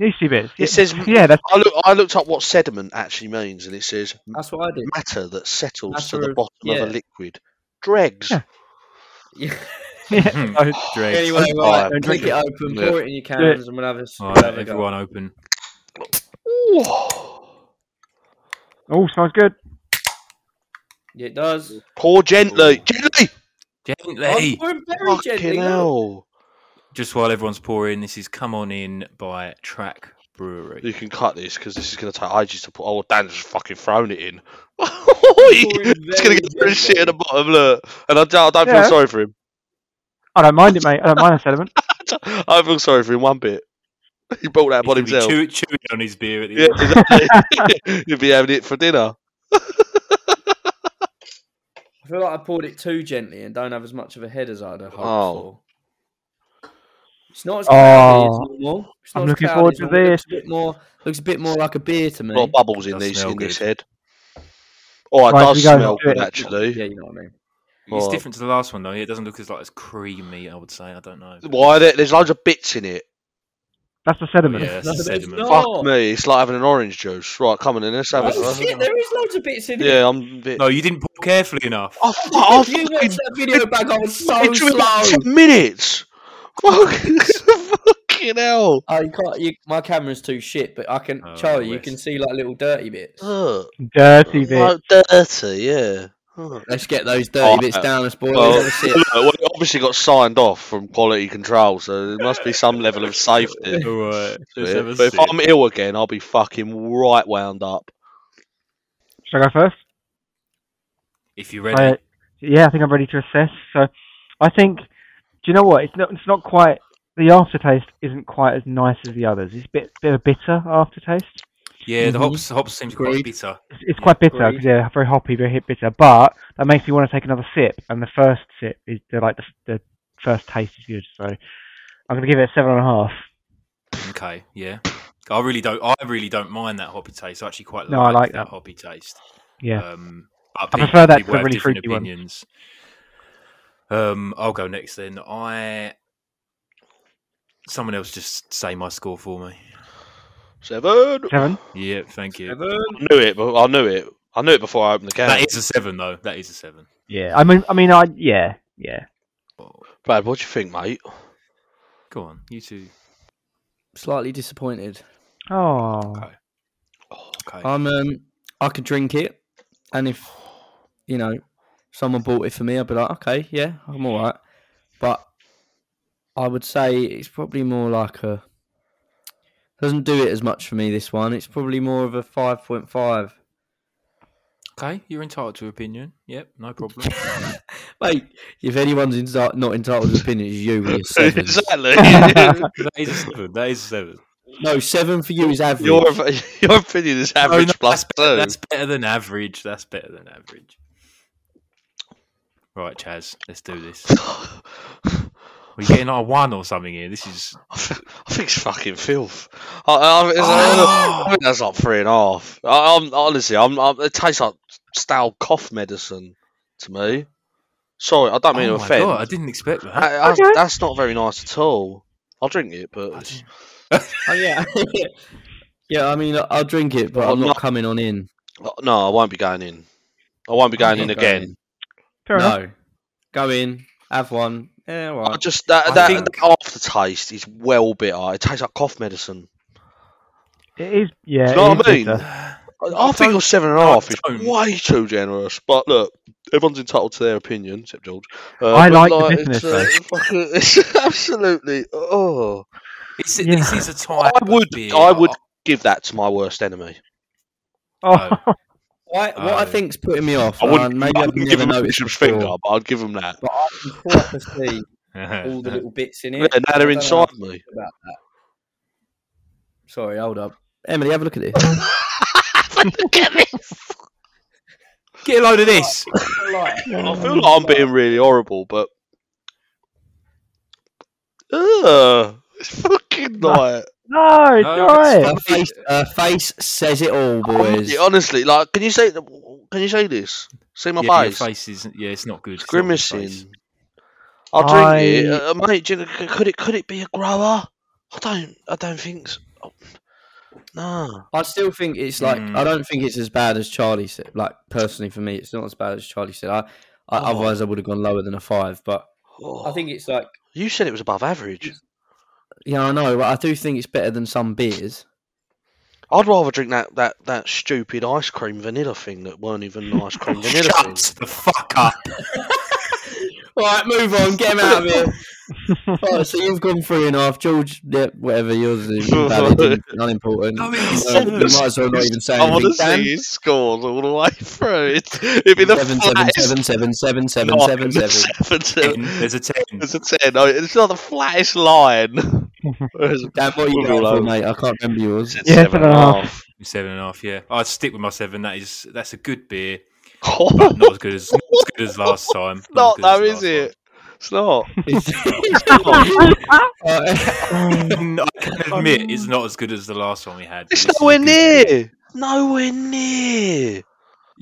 yeasty bits. It says- <laughs> yeah, <laughs> that's I look. I looked up what sediment actually means, and it says That's what I did. matter that settles to Matter the of- bottom yeah. of a liquid. Dregs. Yeah. Yeah. yeah. hmm, Drake. anyway, right, right, don't click drink it open, Yeah. pour it in your cans, and we'll have a, s- All we'll right, have a go. everyone open. Oh, smells good. Yeah, It does. Pour gently. Gently. I'm Oh, Gently. pouring Oh, very gently. Fucking look. hell. Just while everyone's pouring, this is Come On In by Track Brewery. You can cut this because this is going to take ages to put. Oh, Dan's just fucking thrown it in. <laughs> it's going to get very this shit at the bottom, look. And I, don't- I don't Yeah. feel sorry for him. <laughs> I don't mind it, mate. I don't mind a sediment. I don't feel sorry for him one bit. <laughs> He brought that He's upon gonna be himself. chew- chewing on his beer at the Yeah, end. <laughs> exactly. <laughs> You'd be having it for dinner. I feel like I poured it too gently and don't have as much of a head as I'd have hoped Oh. for. It's not as Oh. cloudy as normal. It's not I'm as looking cloudy forward as to normal. It Looks this. a bit more, looks a bit more like a beer to me. A lot of bubbles in Does these smell in this good. head. Oh, it Right, does we go. smell Do good it. actually. Yeah, you know what I mean. It's Oh. different to the last one though. It doesn't look as like as creamy. I would say. I don't know. Why? There, there's loads of bits in it. That's the Oh, sediment. yeah, it's No, there's sediment. not. Fuck Oh. me, it's like having an orange juice. Right, come on in, let's have Oh it. shit, there is loads of bits in it. Yeah, I'm a bit. No, you didn't pour carefully enough. Oh, fuck, I you fucking watched that video back, I was so It took me like <laughs> slow. ten minutes. Fucking, fucking hell. Oh, you can't, you, my camera's too shit, but I can, Oh, Charlie, you Wes. can see like little dirty bits. Ugh. Dirty bit. Like dirty, yeah. Ugh. Let's get those dirty Oh, bits uh, down, us boys. well, Have a sip. Look, well, it obviously got signed off from quality control, so there must be some level of safety. All right. to let's have a it. But if sip. I'm ill again, I'll be fucking right wound up. Should I go first? If you're ready, I- yeah, I think I'm ready to assess. So, I think, do you know what? It's not. It's not quite. The aftertaste isn't quite as nice as the others. It's a bit, bit of bitter aftertaste. yeah, the Mhm. hops hops seems quite Agreed. bitter. It's, it's quite bitter Agreed. because they're very hoppy, very hit bitter. But that makes me want to take another sip. And the first sip is the like the, the first taste is good. So I'm gonna give it a seven and a half. Okay, yeah. I really don't. I really don't mind that hoppy taste. I actually quite like, No, I like that. hoppy taste. Yeah. Um, I prefer that to people the have really different fruity one. opinions. Um, I'll go next then. I. Someone else just say my score for me. Seven. Seven. Yeah, thank you. I knew it, but I knew it. I knew it before I opened the can. That is a seven though. That is a seven. Yeah. I mean, I mean, I yeah, yeah. Brad, what do you think, <laughs> mate? Go on, you two. Slightly disappointed. Oh, Okay. Okay. I'm um I could drink it and if you know someone bought it for me I'd be like okay yeah I'm all right but I would say it's probably more like a doesn't do it as much for me this one it's probably more of a 5.5 Okay, you're entitled to opinion. Yep, no problem. Mate, if anyone's enti- not entitled to opinion, it's you with your seven. <laughs> exactly. <laughs> that is a seven. That is a seven. No, seven for you is average. your your opinion is average no, plus that's, better, two. that's better than average. That's better than average. Right, Chaz, let's do this. We're getting our one or something here. This is I thi- I think it's fucking filth. I, I, it's- I think that's like three and a half. I, I'm honestly, I'm, i it tastes like stale cough medicine to me. Sorry, I don't mean oh to my offend. God, I didn't expect that. I- I- Okay. That's not very nice at all. I'll drink it, but it's- Oh, yeah. <laughs> yeah, I mean, I- I'll drink it, but Well, I'm not not- coming on in. uh, no, I won't be going in. I won't be going I'm in not again. Fair enough. No. Go in, have one. Yeah, all I right. just that, um, I that, think- that aftertaste is well bitter. It tastes like cough medicine. It is. Yeah. Do you know it what I is mean? bitter. I, I I think don't- your seven and a I half is don't. way too generous. But look, everyone's entitled to their opinion, except George. Uh, I but, like the bitterness, it's, fucking- <laughs> it's absolutely. Oh, It's, Yeah. This is a type. I would. Of beer. <laughs> I would give that to my worst enemy. Oh, Why, what I Oh. think's putting me off, Uh, I wouldn't. and maybe I I've wouldn't give never him a noticed bishop's before, finger, but I'd give him that. but I can proper see all <laughs> the little bits in it. Yeah, now I don't they're know how inside to me. feel about that. Sorry, hold up. Emily, have a look at this. Get a load of this. <laughs> I feel like I'm being really horrible, but. Ugh, uh, it's fucking like. no, No, try it's it. Her face, her face says it all, boys. Honestly, honestly, like, can you say can you say this? See my yeah, your face. face is. Yeah, it's not good. It's It's not a good face. grimacing. I'll drink I- it, uh, mate. do you know, c- could it could it be a grower? I don't. I don't think. So. Oh, No. I still think it's like Hmm. Mm. I don't think it's as bad as Charlie said. Like personally, for me, it's not as bad as Charlie said. I, I Oh. otherwise I would have gone lower than a five. But I Oh, think it's like you said it was above average. yeah, I know, but I do think it's better than some beers. I'd rather drink that, that, that stupid ice cream vanilla thing that weren't even ice <laughs> cream vanilla. thing. Shut the fuck <laughs> up. All right, move on. Get him out of <laughs> here. All right, so you've gone three and a half, George. Yeah, whatever yours is invalid and unimportant. No, Um, it's you might Oh, seven. as well not even say I want anything. to Dan? see his scores all the way through. It's, it'd be the Seven, seven, flattest seven, seven, seven, seven, line. seven, seven. Seven, seven. There's a ten. <laughs> It's a ten. Oh, It's not the flattest <laughs> line. It's Dan, what are you We'll be going all for, over. mate? I can't remember yours. at Yeah, seven and a half. <laughs> half. Seven and a half. Yeah, I'd stick with my seven. That is. That's a good <laughs> beer. Oh, But not as good as not as good as last time. it's as not good as though, is last it? It's not. <laughs> <laughs> uh, time. No, I can admit it's not as good as the last one we had. It's This is a nowhere good beer. near. Nowhere near. <laughs>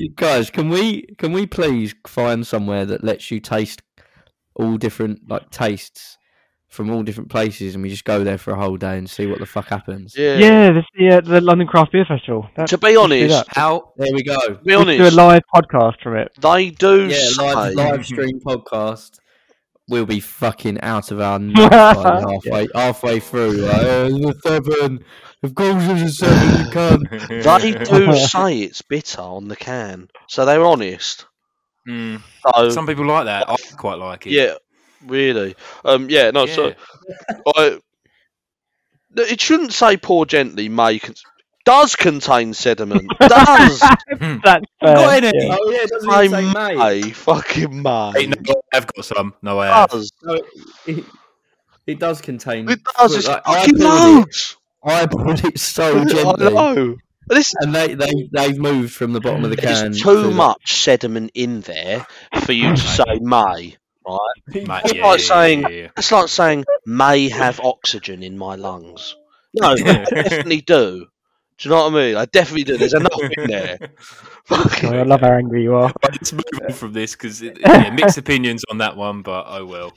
You guys, can we can we please find somewhere that lets you taste all different like tastes from all different places, and we just go there for a whole day and see what the fuck happens? Yeah. Yeah, this, yeah, the London Craft Beer Festival. That, To be honest, that. How? There we go. to be we should do a honest, live podcast from it. they do Yeah, say. live, live stream podcast. We'll be fucking out of <laughs> our nut by halfway halfway through. Like, oh, it's a seven. Of course, it's a seven. You <laughs> can't. <laughs> <laughs> They do say it's bitter on the can, so they're honest. Mm. So Some people like that. I quite like it. yeah, really. Um, yeah, no, so I, No, it shouldn't say pour gently. May con- does contain <laughs> sediment. does Hmm. That's fair. Not any. yeah. Oh yeah, it doesn't I even say mate. may fucking may. Hey, no, I've got some. No, I have. does. No, it, it, it does contain. It does. fruit, It's like, I fucking poured it- loads. I bought it so <laughs> I gently, know. This and they they they've moved from the bottom of the can. There's to too the- much sediment in there for you to say may. Right? Mate, It's yeah, yeah, like saying- yeah, yeah. That's like saying may have oxygen in my lungs. No, I definitely do. Do you know what I mean? I definitely do. There's enough <laughs> in there. God, I Fucking- love how angry you are. Let's move on from this because yeah, mixed <laughs> opinions on that one, but oh well.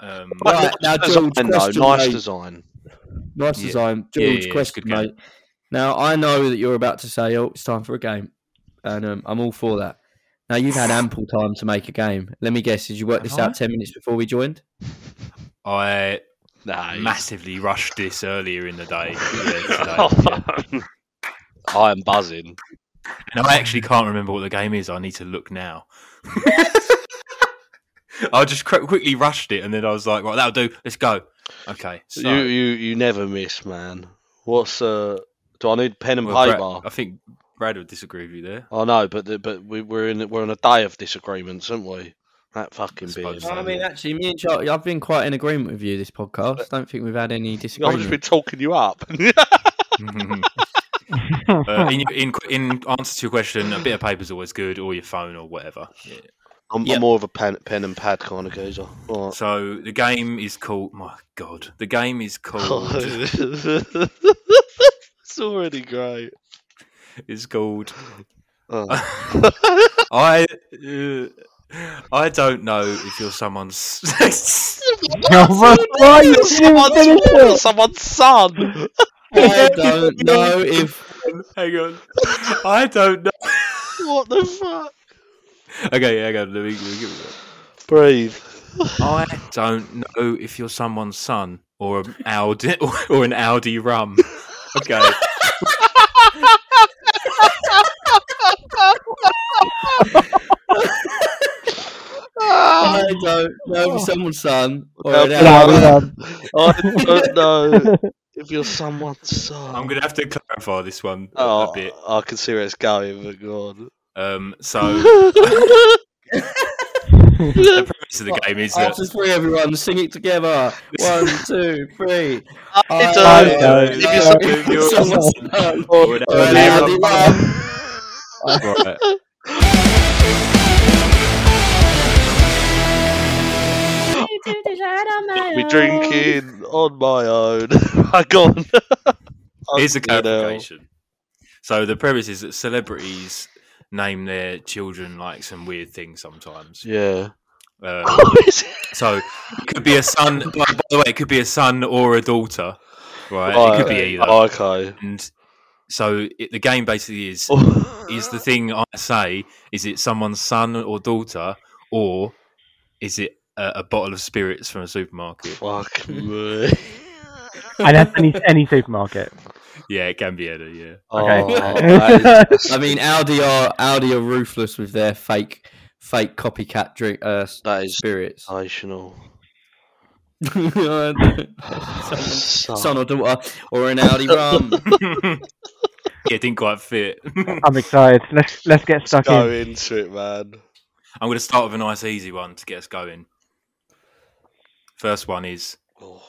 Um, Right, <laughs> now, George, design, question, though, nice mate. design. Nice Yeah. design, Yeah, yeah, George. yeah, it's question, good game. mate. Now I know that you're about to say, "Oh, it's time for a game," and um, I'm all for that. Now you've had ample time to make a game. Let me guess: Did you work this Have I? out ten minutes before we joined? I Nah. massively rushed this earlier in the day. <laughs> yeah, <laughs> today, Oh, yeah. I am buzzing. And I actually can't remember what the game is. I need to look now. I just cr- quickly rushed it, and then I was like, "Right, that'll do. Let's go." Okay. So, you, you you never miss, man. What's uh? Do I need pen and well, Brett- paper? I think Brad would disagree with you <laughs> there. I know, but the, but we, we're in we're on a day of disagreements, aren't we? That fucking suppose bit. so. I mean, actually, me and Charlie, I've been quite in agreement with you this podcast. I don't think we've had any I've disagreements. just been talking you up. <laughs> <laughs> Uh, in, in, in answer to your question, a bit of paper's always good, or your phone, or whatever. Yeah. I'm, Yeah. I'm more of a pen, pen and pad kind of geezer. <laughs> Right. So the game is called. My God, the game is called. Oh, it's already great. <laughs> is called. Oh. I. Uh, I don't know if you're someone's. <laughs> why are you <laughs> <laughs> someone's, doing someone's <laughs> son. I <laughs> don't know if hang on. I don't know. What the fuck? Okay, hang on. Let me, let me give it a- Breathe. I don't know if you're someone's son or an Audi <laughs> or an Audi rum. Okay. Ah! I don't <laughs> know if someone's son or an Yeah, hour. yeah. I don't know if you're someone's son. I'm gonna have to clarify this one a- Oh, a bit. I can see where it's going, but <laughs> God. Um, so the premise of the game is <laughs> that After three, everyone, sing it together. One, two, three. I I don't don't know know if if you're you're <laughs> someone's someone's son or an or an Audi rum. Audi <laughs> <laughs> rum. Right. be drinking on my own. <laughs> I gone. Here's a You know. clarification. So the premise is that celebrities name their children like some weird thing sometimes. <laughs> Yeah. Um, so it could be a son. By, by the way, it could be a son or a daughter, right? it could be either. Oh, okay. and so it, the game basically is: is the thing I say is it someone's son or daughter, or is it a, a bottle of spirits from a supermarket? <laughs> <laughs> fuck me? and that's <laughs> any any supermarket. Yeah, it can be any. Yeah. Okay. <laughs> Oh, I mean, Audi are Audi are ruthless with their fake fake copycat drink uh, s- that is spirits. sensational. <laughs> son or daughter or an Audi rum. yeah, <laughs> it didn't quite fit. <laughs> I'm I'm excited. Let's let's get stuck go in. into it, man. going to start with a nice, easy one to get us going. First one is Oh,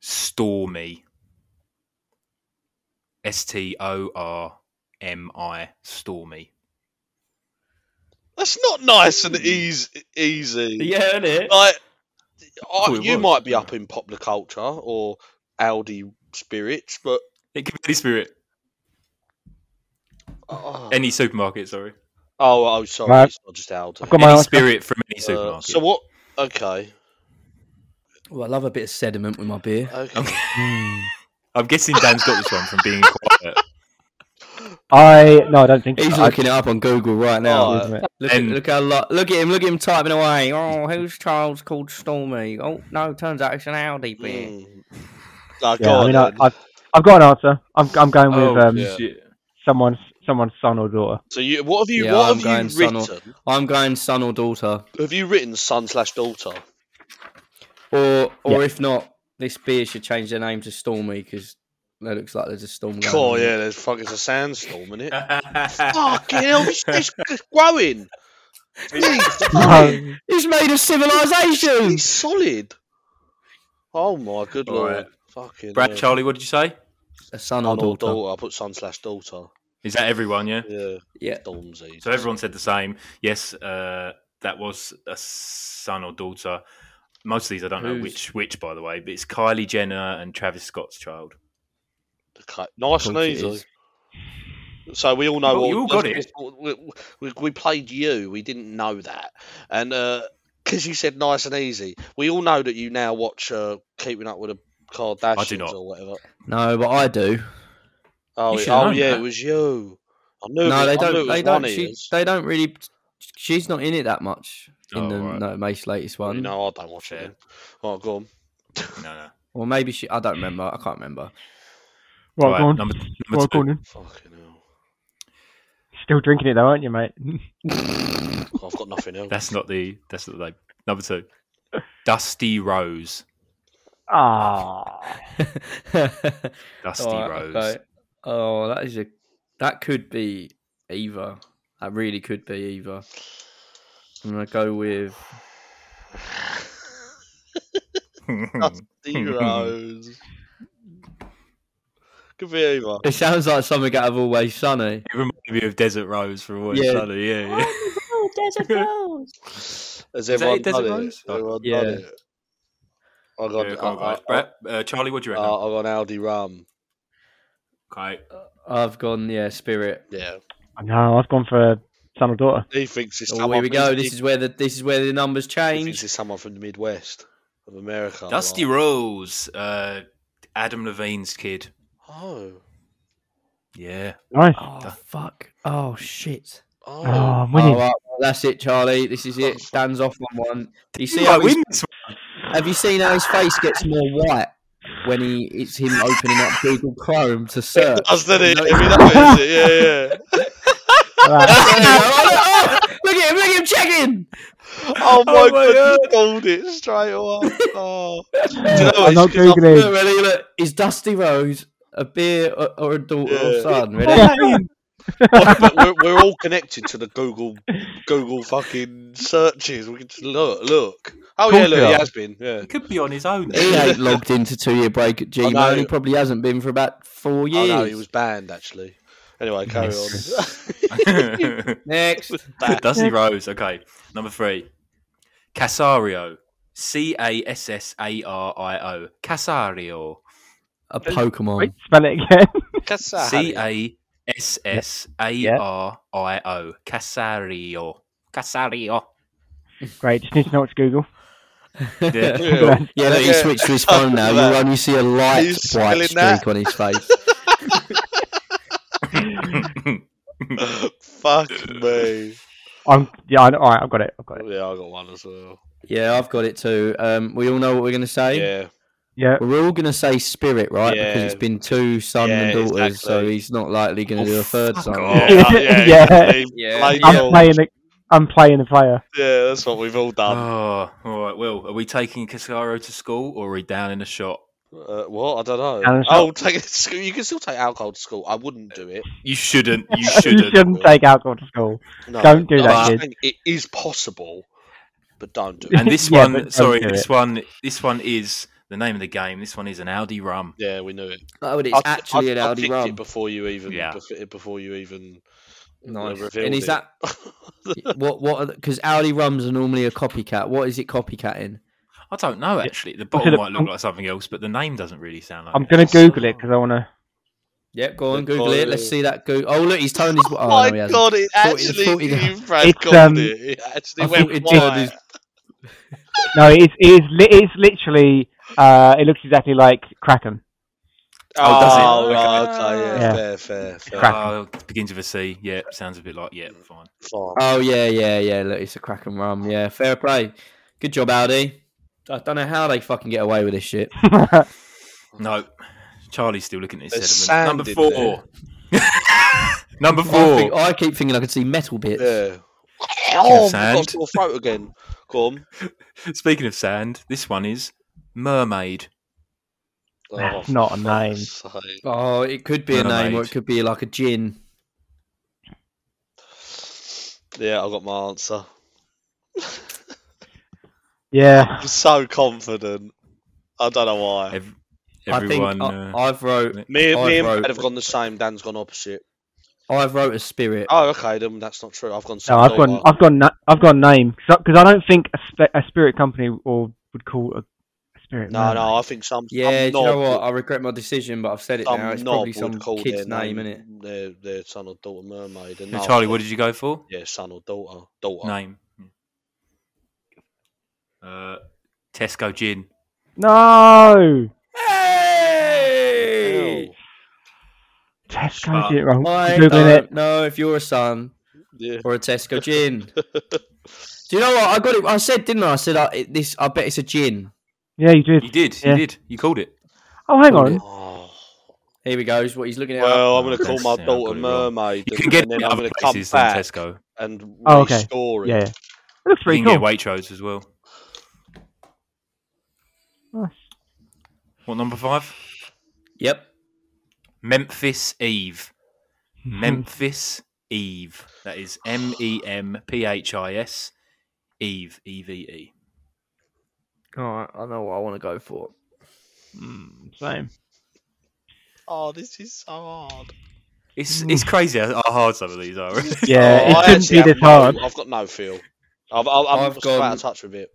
Stormy. S T O R M I. Stormy. That's not nice and easy. easy. yeah, innit? Like, I, Oh, it you was. might be up in popular culture or Audi spirits, but It could be any spirit. oh, Any supermarket, sorry. oh, oh, sorry, Right. it's not just Audi. I've got my Any answer. spirit from any Uh, supermarket. so what? Okay, Well, I love a bit of sediment with my beer. okay. I'm, Hmm. I'm guessing Dan's got this one from <laughs> being quiet. I no, I don't think He's so. I- looking it up on Google right now. Oh, isn't it? Look, at And- look how lo- look at him! Look at him typing away. Oh, whose child's called Stormy? Oh no, turns out it's an Audi beer. Mm. No, go yeah, I on mean, I, then. I've I've got an answer. I'm I'm going with um yeah. shit. someone's someone's son or daughter. So you, what have you? Yeah, what I'm going have you son written? or- I'm going son or daughter, Have you written son slash daughter? or or if not, this beer should change their name to Stormy because that looks like there's a storm. Going Oh on. yeah, there's fuck, it's a sandstorm in it. <laughs> Fucking hell, this this is growing. <laughs> No. it's made of civilization. It's solid. Oh my good All lord. right. Fucking Brad, hell. Charlie, what did you say? A son or Son or daughter. daughter. I put son slash daughter. Is that everyone, yeah? Yeah, Yeah. Stormzy. So everyone said the same. Yes, uh, that was a son or daughter. Most of these I don't know Who's- which which by the way, but it's Kylie Jenner and Travis Scott's child. Okay, Nice and Of course it easy. is. So we all know. Well, you all got it. We, we- we played you. We didn't know that, and because you said nice and easy, we all know that you now watch uh, Keeping Up with the Kardashians I do not. or whatever. No, but I do. Oh, You it- should oh know yeah, that. it was you. I knew. No, it, they I knew it don't. was They don't. one of She, yours. they don't really. She's not in it that much in Oh, the right. no, Mace latest Well, one. You know, I don't watch it. Yeah. Then. Oh, go on. No, no. Or maybe she. I don't remember. I can't remember. <laughs> Right, Right, go on. number Right, number go on two. then. Fucking hell. Still drinking it though, aren't you, mate? <laughs> I've got nothing else. That's not the that's not the name. Number two. Dusty Rose. Ah, Dusty Alright, Rose. <laughs> okay. Oh, that is a That could be either. That really could be either. I'm gonna go with <laughs> <laughs> Zeros. Could be either. It sounds like something out of Always Sunny. It reminded me of Desert Rose from Always Yeah. Sunny. Yeah, yeah. Has that everyone it, Desert done it? Rose? Everyone Yeah. done it? I got, Yeah, I, go on, I, guys. Brett, uh, Charlie, what do you I, reckon? I got Aldi rum. okay. I've gone, yeah, Spirit. Yeah, No, I've gone for son or daughter. he thinks it's Oh, someone here we go. from- This is where the this is where the numbers he thinks change. it's someone from the Midwest of America. Dusty Like, Rose, uh, Adam Levine's kid. oh, Yeah. Nice. Oh fuck! Oh shit! Oh, oh, <laughs> I'm Oh, winning. right, well, that's it, Charlie. This is it. Dan's off on one. You see I how his, win this have you seen how his face gets more white when he it's him opening up Google Chrome to search? Us, doesn't it? No. Every night, <laughs> is it? Yeah, Right. <laughs> Oh, look at him! Look at him checking. yeah. Oh Oh my, my god, you called it <laughs> straight away. Oh. Do you know what? I'm not It's 'cause I'm- googling. Look, ready, look. Is Dusty Rose a beer or, or a daughter or Yeah. son? <laughs> Really? one. but we're, we're all connected to the Google Google fucking searches. We can just look, look. Oh course yeah, look, we he are. has been. Yeah. He could be on his own. He <laughs> ain't logged into two year break at I Gmail. know. He probably hasn't been for about four Oh years. no, he was banned actually. Anyway, carry <laughs> Next. on. <laughs> Dusty Rose. Okay. Number three. Casario. C A S S A R I O. Casario. A Wait, <laughs> Pokemon. spell it again. C Cassari. A S S A R I O. Casario. Casario. Great. Just need to know what to Google. Yeah. Yeah. Yeah, look, he Yeah. switched to his phone <laughs> now. Look. You'll only see a light He's white spelling streak that. on his face. <laughs> Fuck me. I'm yeah. I, all right, I've got it. I've got it. Yeah, I got one as well. yeah, I've got it too. Um, we all know what we're going to say. Yeah. Yeah. We're all going to say spirit, right? Yeah. Because it's been two son and Yeah, daughters, so exactly. he's not likely going to do a third fuck son. off. Yeah, yeah, <laughs> <laughs> Yeah. exactly. Yeah. Blame I'm Joel. playing. Uh, The, I'm playing the player. yeah, that's what we've all done. <laughs> Oh, all right. Well, are we taking Casario to school or are we down in the shop? Uh, what? I don't know. Down the shop. Oh, take it to school. You can still take alcohol to school. I wouldn't do it. You shouldn't. <laughs> You you shouldn't. shouldn't take alcohol to school. No, Don't do no, that, I'm kid. saying It is possible, but don't do it. And this <laughs> Yeah, one, but don't sorry, do this it. one, this one is the name of the game. This one is an Audi rum. Yeah, we knew it. Oh, but it's I- I- actually I, an Audi picked rum. it before you even. Yeah. bef- Before you even. uh, Nice. revealed And is it. <laughs> that what? What? Because Audi rums are normally a copycat. What is it copycatting? I don't know actually. The Look bottle at might it. look like something else, but the name doesn't really sound like. I'm it. gonna Google it because I wanna. Yep, go on, The Google it. Let's Coral. see that. Go- oh, look, he's toned his. uh, <laughs> Oh, Oh, my no, he hasn't. god! It Thought it- actually, thought it- you Brad It's, called um, it. It actually I went thought it wide. turned his- No, it's it's li- it's literally. Uh, it looks exactly like Kraken. <laughs> Oh, does it? Oh, Okay. okay, yeah, Yeah. fair, fair, fair. Crap. Oh, begins with a C. Yeah, sounds a bit like yeah. Fine. Fine. Oh yeah, yeah, yeah. Look, it's a crack and rum. Yeah, fair play. Good job, Audi. I don't know how they fucking get away with this shit. No, Charlie's still looking at his There's sediment. Number sand in four. <laughs> Number I, think, four. I keep thinking I can see metal bits. Yeah. Oh, I've sand. got sore throat again. Come. Speaking of sand, this one is mermaid. Oh, That's not a for name. fuck's sake. Oh, it could be a name, or Mermaid. it could be like a gin. Yeah, I got my answer. Yeah. I'm so confident. I don't know why. Ev- everyone. I think uh, I, I've wrote, Me, I me and wrote- Brad have gone the same. Dan's gone opposite. I've wrote a spirit. Oh, okay. Then that's not true. I've gone. No, Sand I've gone. Dollar. I've gone. na- I've gone name because I don't think a, sp- a spirit company or would call a, a spirit. No, man. no. I think some. yeah, some do you know knob- what? I regret my decision, but I've said it Some now. It's knob probably would some call kid's their name, isn't it? Their, their son or daughter mermaid. And now, I've Charlie, gone- what did you go for? Yeah, son or daughter. Daughter. Name. Hmm. Uh, Tesco gin. No. Hey! Ew. Tesco Shut did it wrong. I Googling it. don't know if you're a son Yeah. or a Tesco <laughs> gin. Do you know what? I got it. I said, didn't I? I said, I, it- this. I bet it's a gin. Yeah, you did. You did. Yeah. You did. You called it. Oh, hang Called on. it. Oh. Here we go. Is what he's looking at. Well, I'm Oh, going to call that's- yeah, my I've daughter got it wrong. mermaid, You and, can get and then it I'm other going to come places than back Tesco. and Oh, okay. restore it. Yeah. It looks You pretty can get cool. Waitrose as well. Nice. What number five? yep. Memphis Eve. Mm-hmm. Memphis Eve. That is M E M P H I S Eve E V E. All right. I know what I want to go for. Hmm. Mm, same. Oh, this is so hard. Mm. It's it's crazy how how hard some of these <laughs> are. Yeah, Oh, I it couldn't actually be have this no- hard. I've got no feel. I've, I've, I'm I've just gone- out of touch with it.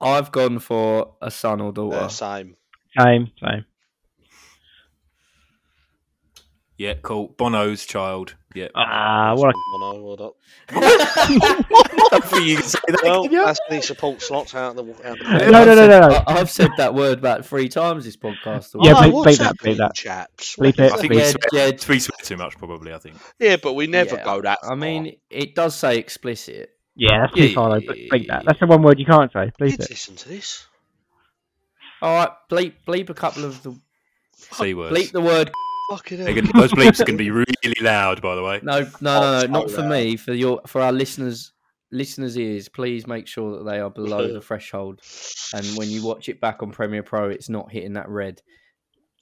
I've gone for a son or Yeah, daughter. <laughs> same. Same, same. yeah, cool. Bono's child. Yeah. Ah, what? Bono, what up? For <laughs> you to say that. Well, that's any support slots out of the. Out the A... No, no, no, no, no. I, have said that word about three times this podcast. Yeah, Oh, bleep- what's bleep that, bleep happening, that. chaps? Bleep it. I think we yeah, swear, yeah, we swear too much, probably. I <laughs> think. Yeah, but we never Yeah, go that. I mean, it does say explicit. Yeah, that's too Yeah. far though. But bleep that. That's the one word you can't say. far. Bleep kids it. listen to this. All right, bleep bleep a couple of the C words. bleep the word. Fucking They're hell. <laughs> gonna- those bleeps are going to be really loud, by the way. No, no, no, no Oh, not for sorry. me. For your for our listeners listeners' ears, please make sure that they are <laughs> below the threshold. And when you watch it back on Premiere Pro, it's not hitting that red.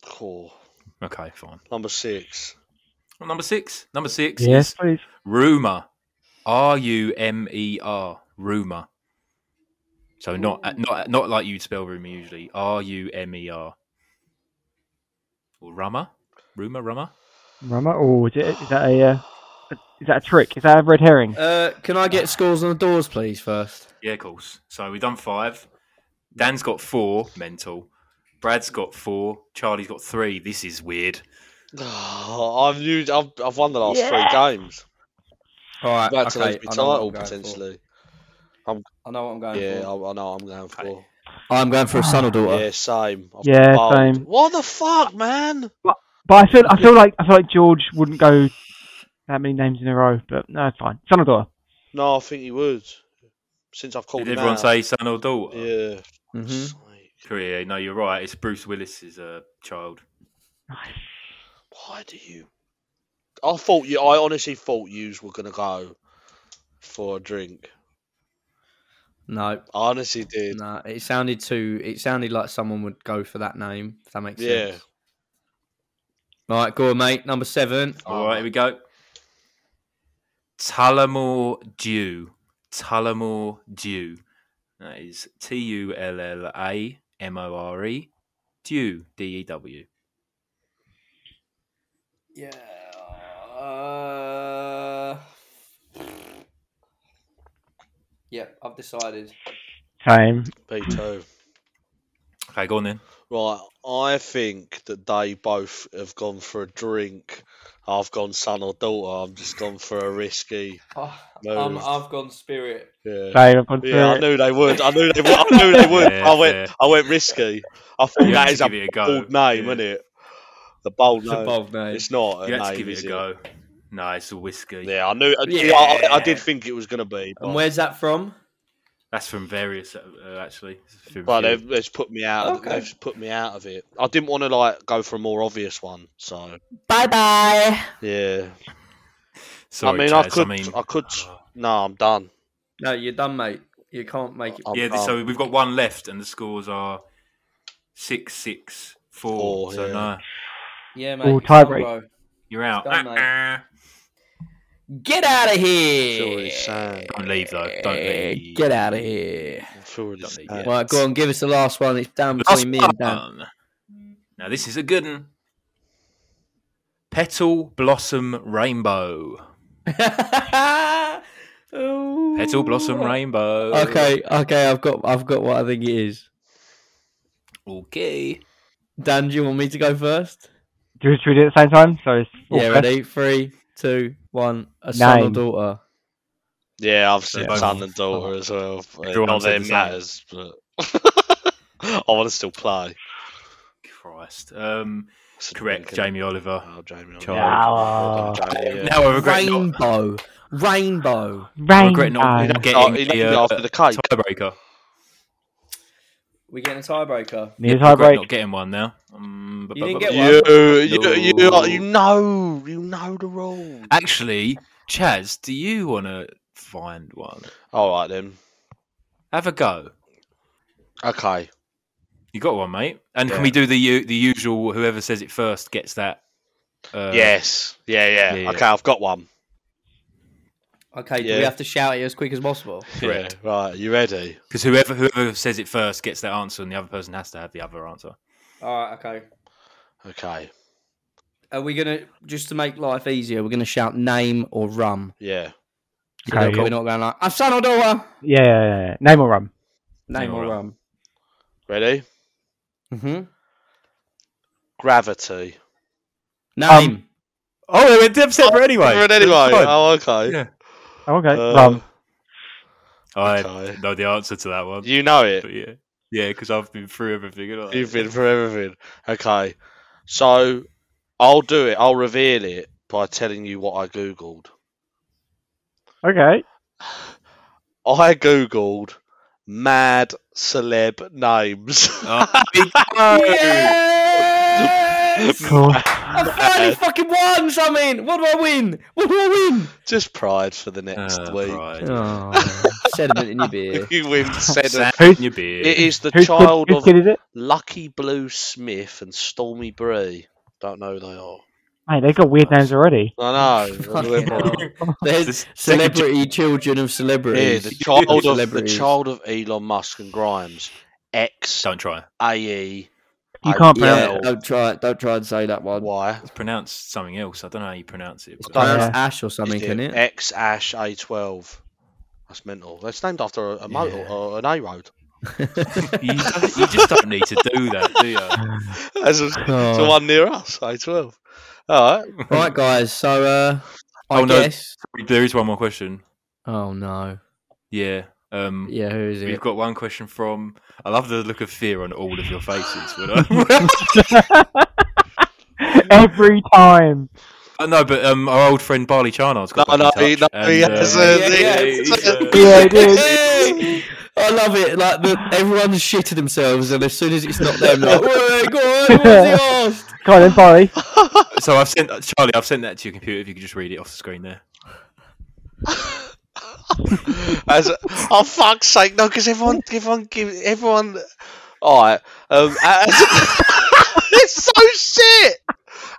Cool. Okay, fine. Number six. <sighs> Well, number six. Number six Yes, is please. rumor. R U M E R. Rumor. So not not not like you'd spell rumor usually. R U M E R. Or rummer. Rumor. Rummer. Rama. Oh, is, it, is that a? Uh, is that a trick? Is that a red herring? Uh, can I get scores on the doors, please? First, Yeah, of course. So we've done five. Dan's got four. Mental. Brad's got four. Charlie's got three. This is weird. Oh, I've, used, I've I've won the last three games. all right. About to Uh, okay, lose I my know what I'm title going for. potentially. I know what I'm going Yeah, for. I, I know. I'm going for. I'm going for a son or daughter. Yeah, same. I've Yeah, got bold. same. What the fuck, man? But I feel I feel like I feel like George wouldn't go that many names in a row. But no, it's fine. Son or daughter? No, I think he would. Since I've called Did him everyone out. say son or daughter? Yeah. hmm Sake. Korea. No, you're right. It's Bruce Willis's uh, child. Why do you? I thought you. I honestly thought yous were gonna go for a drink. No, I honestly did. no. It sounded too. It sounded like someone would go for that name. If that makes yeah. sense. All right, go on, mate. Number seven. All right, here we go. Tullamore Dew. Tullamore Dew. That is T U L L A M O R E. Dew. D E W. Yeah. Uh... Yep, I've decided. Same. B two. Okay, go on then. Right. I think that they both have gone for a drink. I've gone son or daughter. I've just gone for a risky. um, Oh, No. I've gone spirit. Yeah. Same. I've gone for Yeah, I it. knew they would. I knew they would. I knew they <laughs> would. Yeah, I went. fair. I went risky. I thought You have that to is a give it a go. bold name, Yeah. isn't it? The bold Oh, It's name. a bold name. It's not. You a have to name, give is it a go. No, it's a whiskey. Yeah, I knew. Yeah. I, I did Yeah. think it was going to be. And But, where's that from? That's from various, uh, uh, actually. It's from but a few. they've, they've put me out. Of, Okay. They've put me out of it. I didn't want to like go for a more obvious one. So Bye bye. yeah. Sorry, I mean, I Chaz, could. I, I mean, uh, could. No, I'm done. No, you're done, mate. You can't make it. I'm Oh, yeah. done. So we've got one left, and the scores are six, six, four. Four, so yeah. no, Yeah, mate. Ooh, it's done, tiebreak. bro. you're out. Done, mate. Ah, ah. Get out of here. Sure is sad. Don't leave though. Don't leave. Eh, Get out of here. I'm sure it is Don't need sad. yet. Right, go on. Give us the last one. It's down Last between me and <laughs> Dan. one. Now this is a good one. Petal blossom rainbow. Petal Petal blossom rainbow. Okay, okay. I've got, I've got what I think it is. Okay. Dan, do you want me to go first? Do we, should we do it at the same time? So it's all yeah, fair. ready? Three, two, one. A son or Nine. daughter? Yeah, I've Yeah, said both son of and daughter as well. but Everyone Not that said it the same. matters, but <laughs> I want to still play. Christ. Um, It's a correct, drink, innit? Jamie Oliver. Oh, Jamie. Child. Oliver. Well done, Jamie, yeah. Now I regret not. Rainbow. Rainbow. I Rainbow. regret not getting Oh, he the named it uh, after the cake. tiebreaker. We're getting a tiebreaker. Need a I regret tiebreak. not getting one now. Um, You bu- bu- didn't get bu- one. You, you, you, No. you know, you know the rules. Actually, Chaz, do you want to find one? All right then. Have a go. Okay. You got one, mate. And Yeah. can we do the u- the usual? Whoever says it first gets that Uh, yes. Yeah, yeah. yeah, yeah. Okay, I've got one. Okay, do Yeah. we have to shout it as quick as possible? Correct. Yeah, right. You ready? Because whoever whoever says it first gets their answer, and the other person has to have the other answer. All right, okay. Okay. Are we gonna just to make life easier? We're gonna shout name or rum. Yeah. So Okay, that we're cool. not going like I've son or daughter. Yeah, yeah, yeah, yeah. Name or rum. Name, or rum. Ready? Mm-hmm. Gravity. Name. Oh, they went dead separate anyway. Right, anyway. Fine. Oh, okay. Yeah. Oh, okay. Uh, rum. I Oh, okay. know the answer to that one. You know it. But yeah, yeah, because I've been through everything. haven't I? You've been for everything. Okay. So I'll do it. I'll reveal it by telling you what I Googled. Okay. I Googled mad celeb names. <laughs> Oh, <laughs> we- Yes! Um, <laughs> Cool. I finally fucking won something. What do I win? What do I win? <laughs> Just pride for the next Uh, week. right. Oh, sediment in your beer. <laughs> You win Sand said Who's- in your beard. It is the Whose kid, child whose of kid is it? Lucky Blue Smith and Stormy Bree. Don't know who they are. Mate, they've got weird names already. <laughs> I <laughs> know. Fucking hell. This There's second- celebrity children of yeah, the celebrities. child of the Celebrities. child of Elon Musk and Grimes. X E, Don't try. AE. You can't Yeah, pronounce don't try. Don't try and say that one. Why? It's pronounced something else. I don't know how you pronounce it. but- Don't- Pronounce Yeah. Ash or something, Is can it it? X Ash A twelve. That's mental. It's named after a, a motor Yeah. or an A <laughs> road. <laughs> you, don't- you just don't need to do that, do you? <laughs> That's a- it's the Oh. one near us. A twelve. All right. Right, guys. So, uh, I Oh, no. guess. There is one more question. Oh no. Yeah. Um, Yeah, who is <laughs> We've it? got one question from. I love the look of fear on all of your faces. <laughs> But um, I, <laughs> Every time. I know, but um, our old friend Barley Charnard's got No, back no, in he- touch, no, he and, uh, hasn't. yeah, He yeah, hasn't. <laughs> he's, uh, Yeah, it is. Hey! <laughs> I love it. Like the, everyone's shit to themselves, and as soon as it's not them, <laughs> like, "Wait, go on, what's <laughs> he asked?" Go on then, Barley. So I've sent Charlie. I've sent that to your computer. If you could just read it off the screen there. As a, oh fuck's sake, no, because everyone, everyone, give everyone. All right, um, as, <laughs> it's so shit.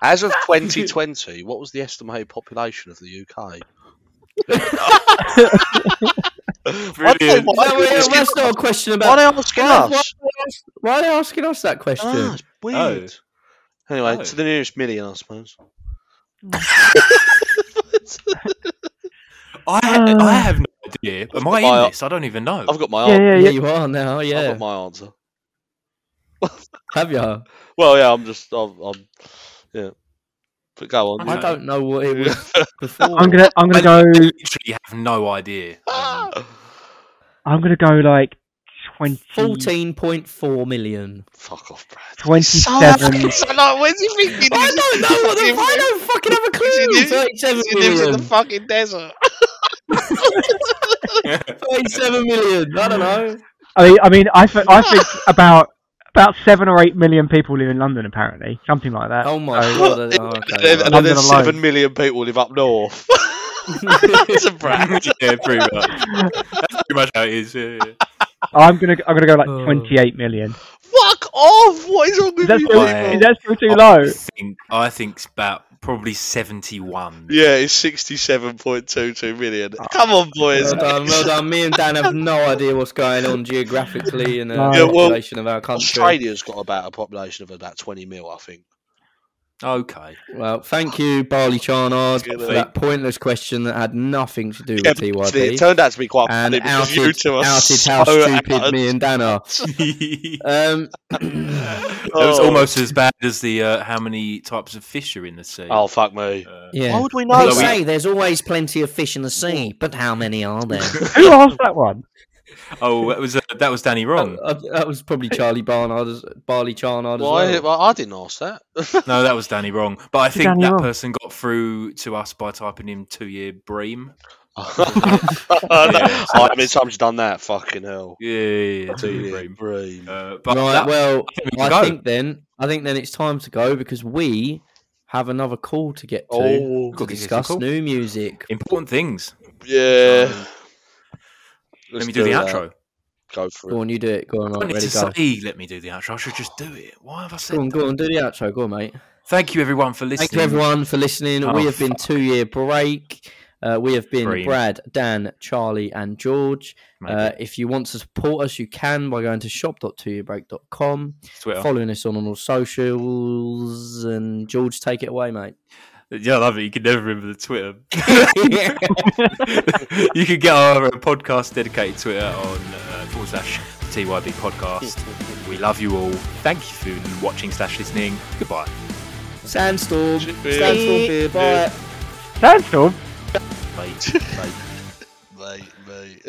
As of 2020, what was the estimated population of the UK? Why do- Brilliant. why No, do wait, you no, ask- that's not a question why about. are they asking Why, why, us? why are they asking us that question? Ah, it's weird. Anyway, Oh. to the nearest million, I suppose. I, ha- I have no idea. Am I Bio- in this? I don't even know. I've got my Yeah, answer. yeah, yeah, yeah. you are now. I've Yeah, got my answer. have you? Well, yeah, I'm just, I'm, I'm yeah. But go on. I No. don't know what it <laughs> was <laughs> before. I'm gonna I'm gonna go literally have no <laughs> idea. Um, Ah! I'm gonna go like 20, Fourteen point four million. Fuck off, Brad. 27. So, like, where's he thinking? I don't know what the, I don't fucking have a clue. lives- Thirty-seven He lives in the million. fucking desert. Thirty-seven million. I don't know. I mean, I mean, I, th- I think about about seven or eight million people live in London, apparently, something like that. Oh <laughs> my god. I- oh, okay, and then, and right. then London there's alone. seven million people live up <laughs> north. <laughs> it's a brat. <laughs> yeah, pretty much. That's pretty much how it is. Yeah, yeah. I'm gonna I'm gonna go like Oh. 28 million. Fuck off! What is wrong with That's you? still, Right. is that still too Oh. low? I think I think it's about probably seventy-one. Yeah, it's sixty-seven point two two million. Come on, boys. Well done, well done. Me and Dan have no idea what's going on geographically in the No. Yeah, well, population of our country. Australia's got about a population of about twenty mil, I think. <laughs> Okay. <laughs> Well, thank you, Barley Charnard, Good for that luck. pointless question that had nothing to do with Yeah, but it TYP. turned out to be quite And funny because you outed, two are outed so how stupid out. me and Dan are. it <clears throat> Um, was Oh. almost as bad as the uh, how many types of fish are in the sea. Oh fuck me! Uh, yeah. Why would we They know? Well, we- that? say there's always plenty of fish in the sea, but how many are there? Who asked that one? oh, that was uh, that was Danny <laughs> wrong. Uh, that was probably Charlie Barnard, as, Barley Charnard as Why? well. Well, I didn't ask that. <laughs> No, that was Danny wrong. But I think Danny that wrong? person got through to us by typing in two-year bream. I so mean, times done that. Fucking hell. Yeah, yeah, yeah, two-year bream. Bream. Bream. Uh, but right, that- I well, think we can I go. think then, I think then it's time to go because we have another call to get to. Oh, We've got to to get to the discuss call. new music. important things. yeah. Let Let's me do, the that. outro. Go for it. Go on, you do it. Go on, I right, need ready, to go. say, let me do the outro. I should just do it. Why have I said Go on, go on, do the outro. Go on, mate. Thank you, everyone, for listening. Thank you everyone for listening. Oh, we have been two year break. Uh, we have been Brilliant. Brad, Dan, Charlie, and George. Maybe. Uh, if you want to support us, you can by going to shop.twoyearbreak.com, Twitter. following us on all socials, and George, take it away, mate. Yeah, I love it. You can never remember the Twitter. <laughs> you can get our uh, podcast dedicated Twitter on uh, forward slash TYB podcast. we love you all. Thank you for watching slash listening. Goodbye. Sandstorm, Cheers. Sandstorm beer, bye. Sandstorm. Bye. Bye. Mate, mate.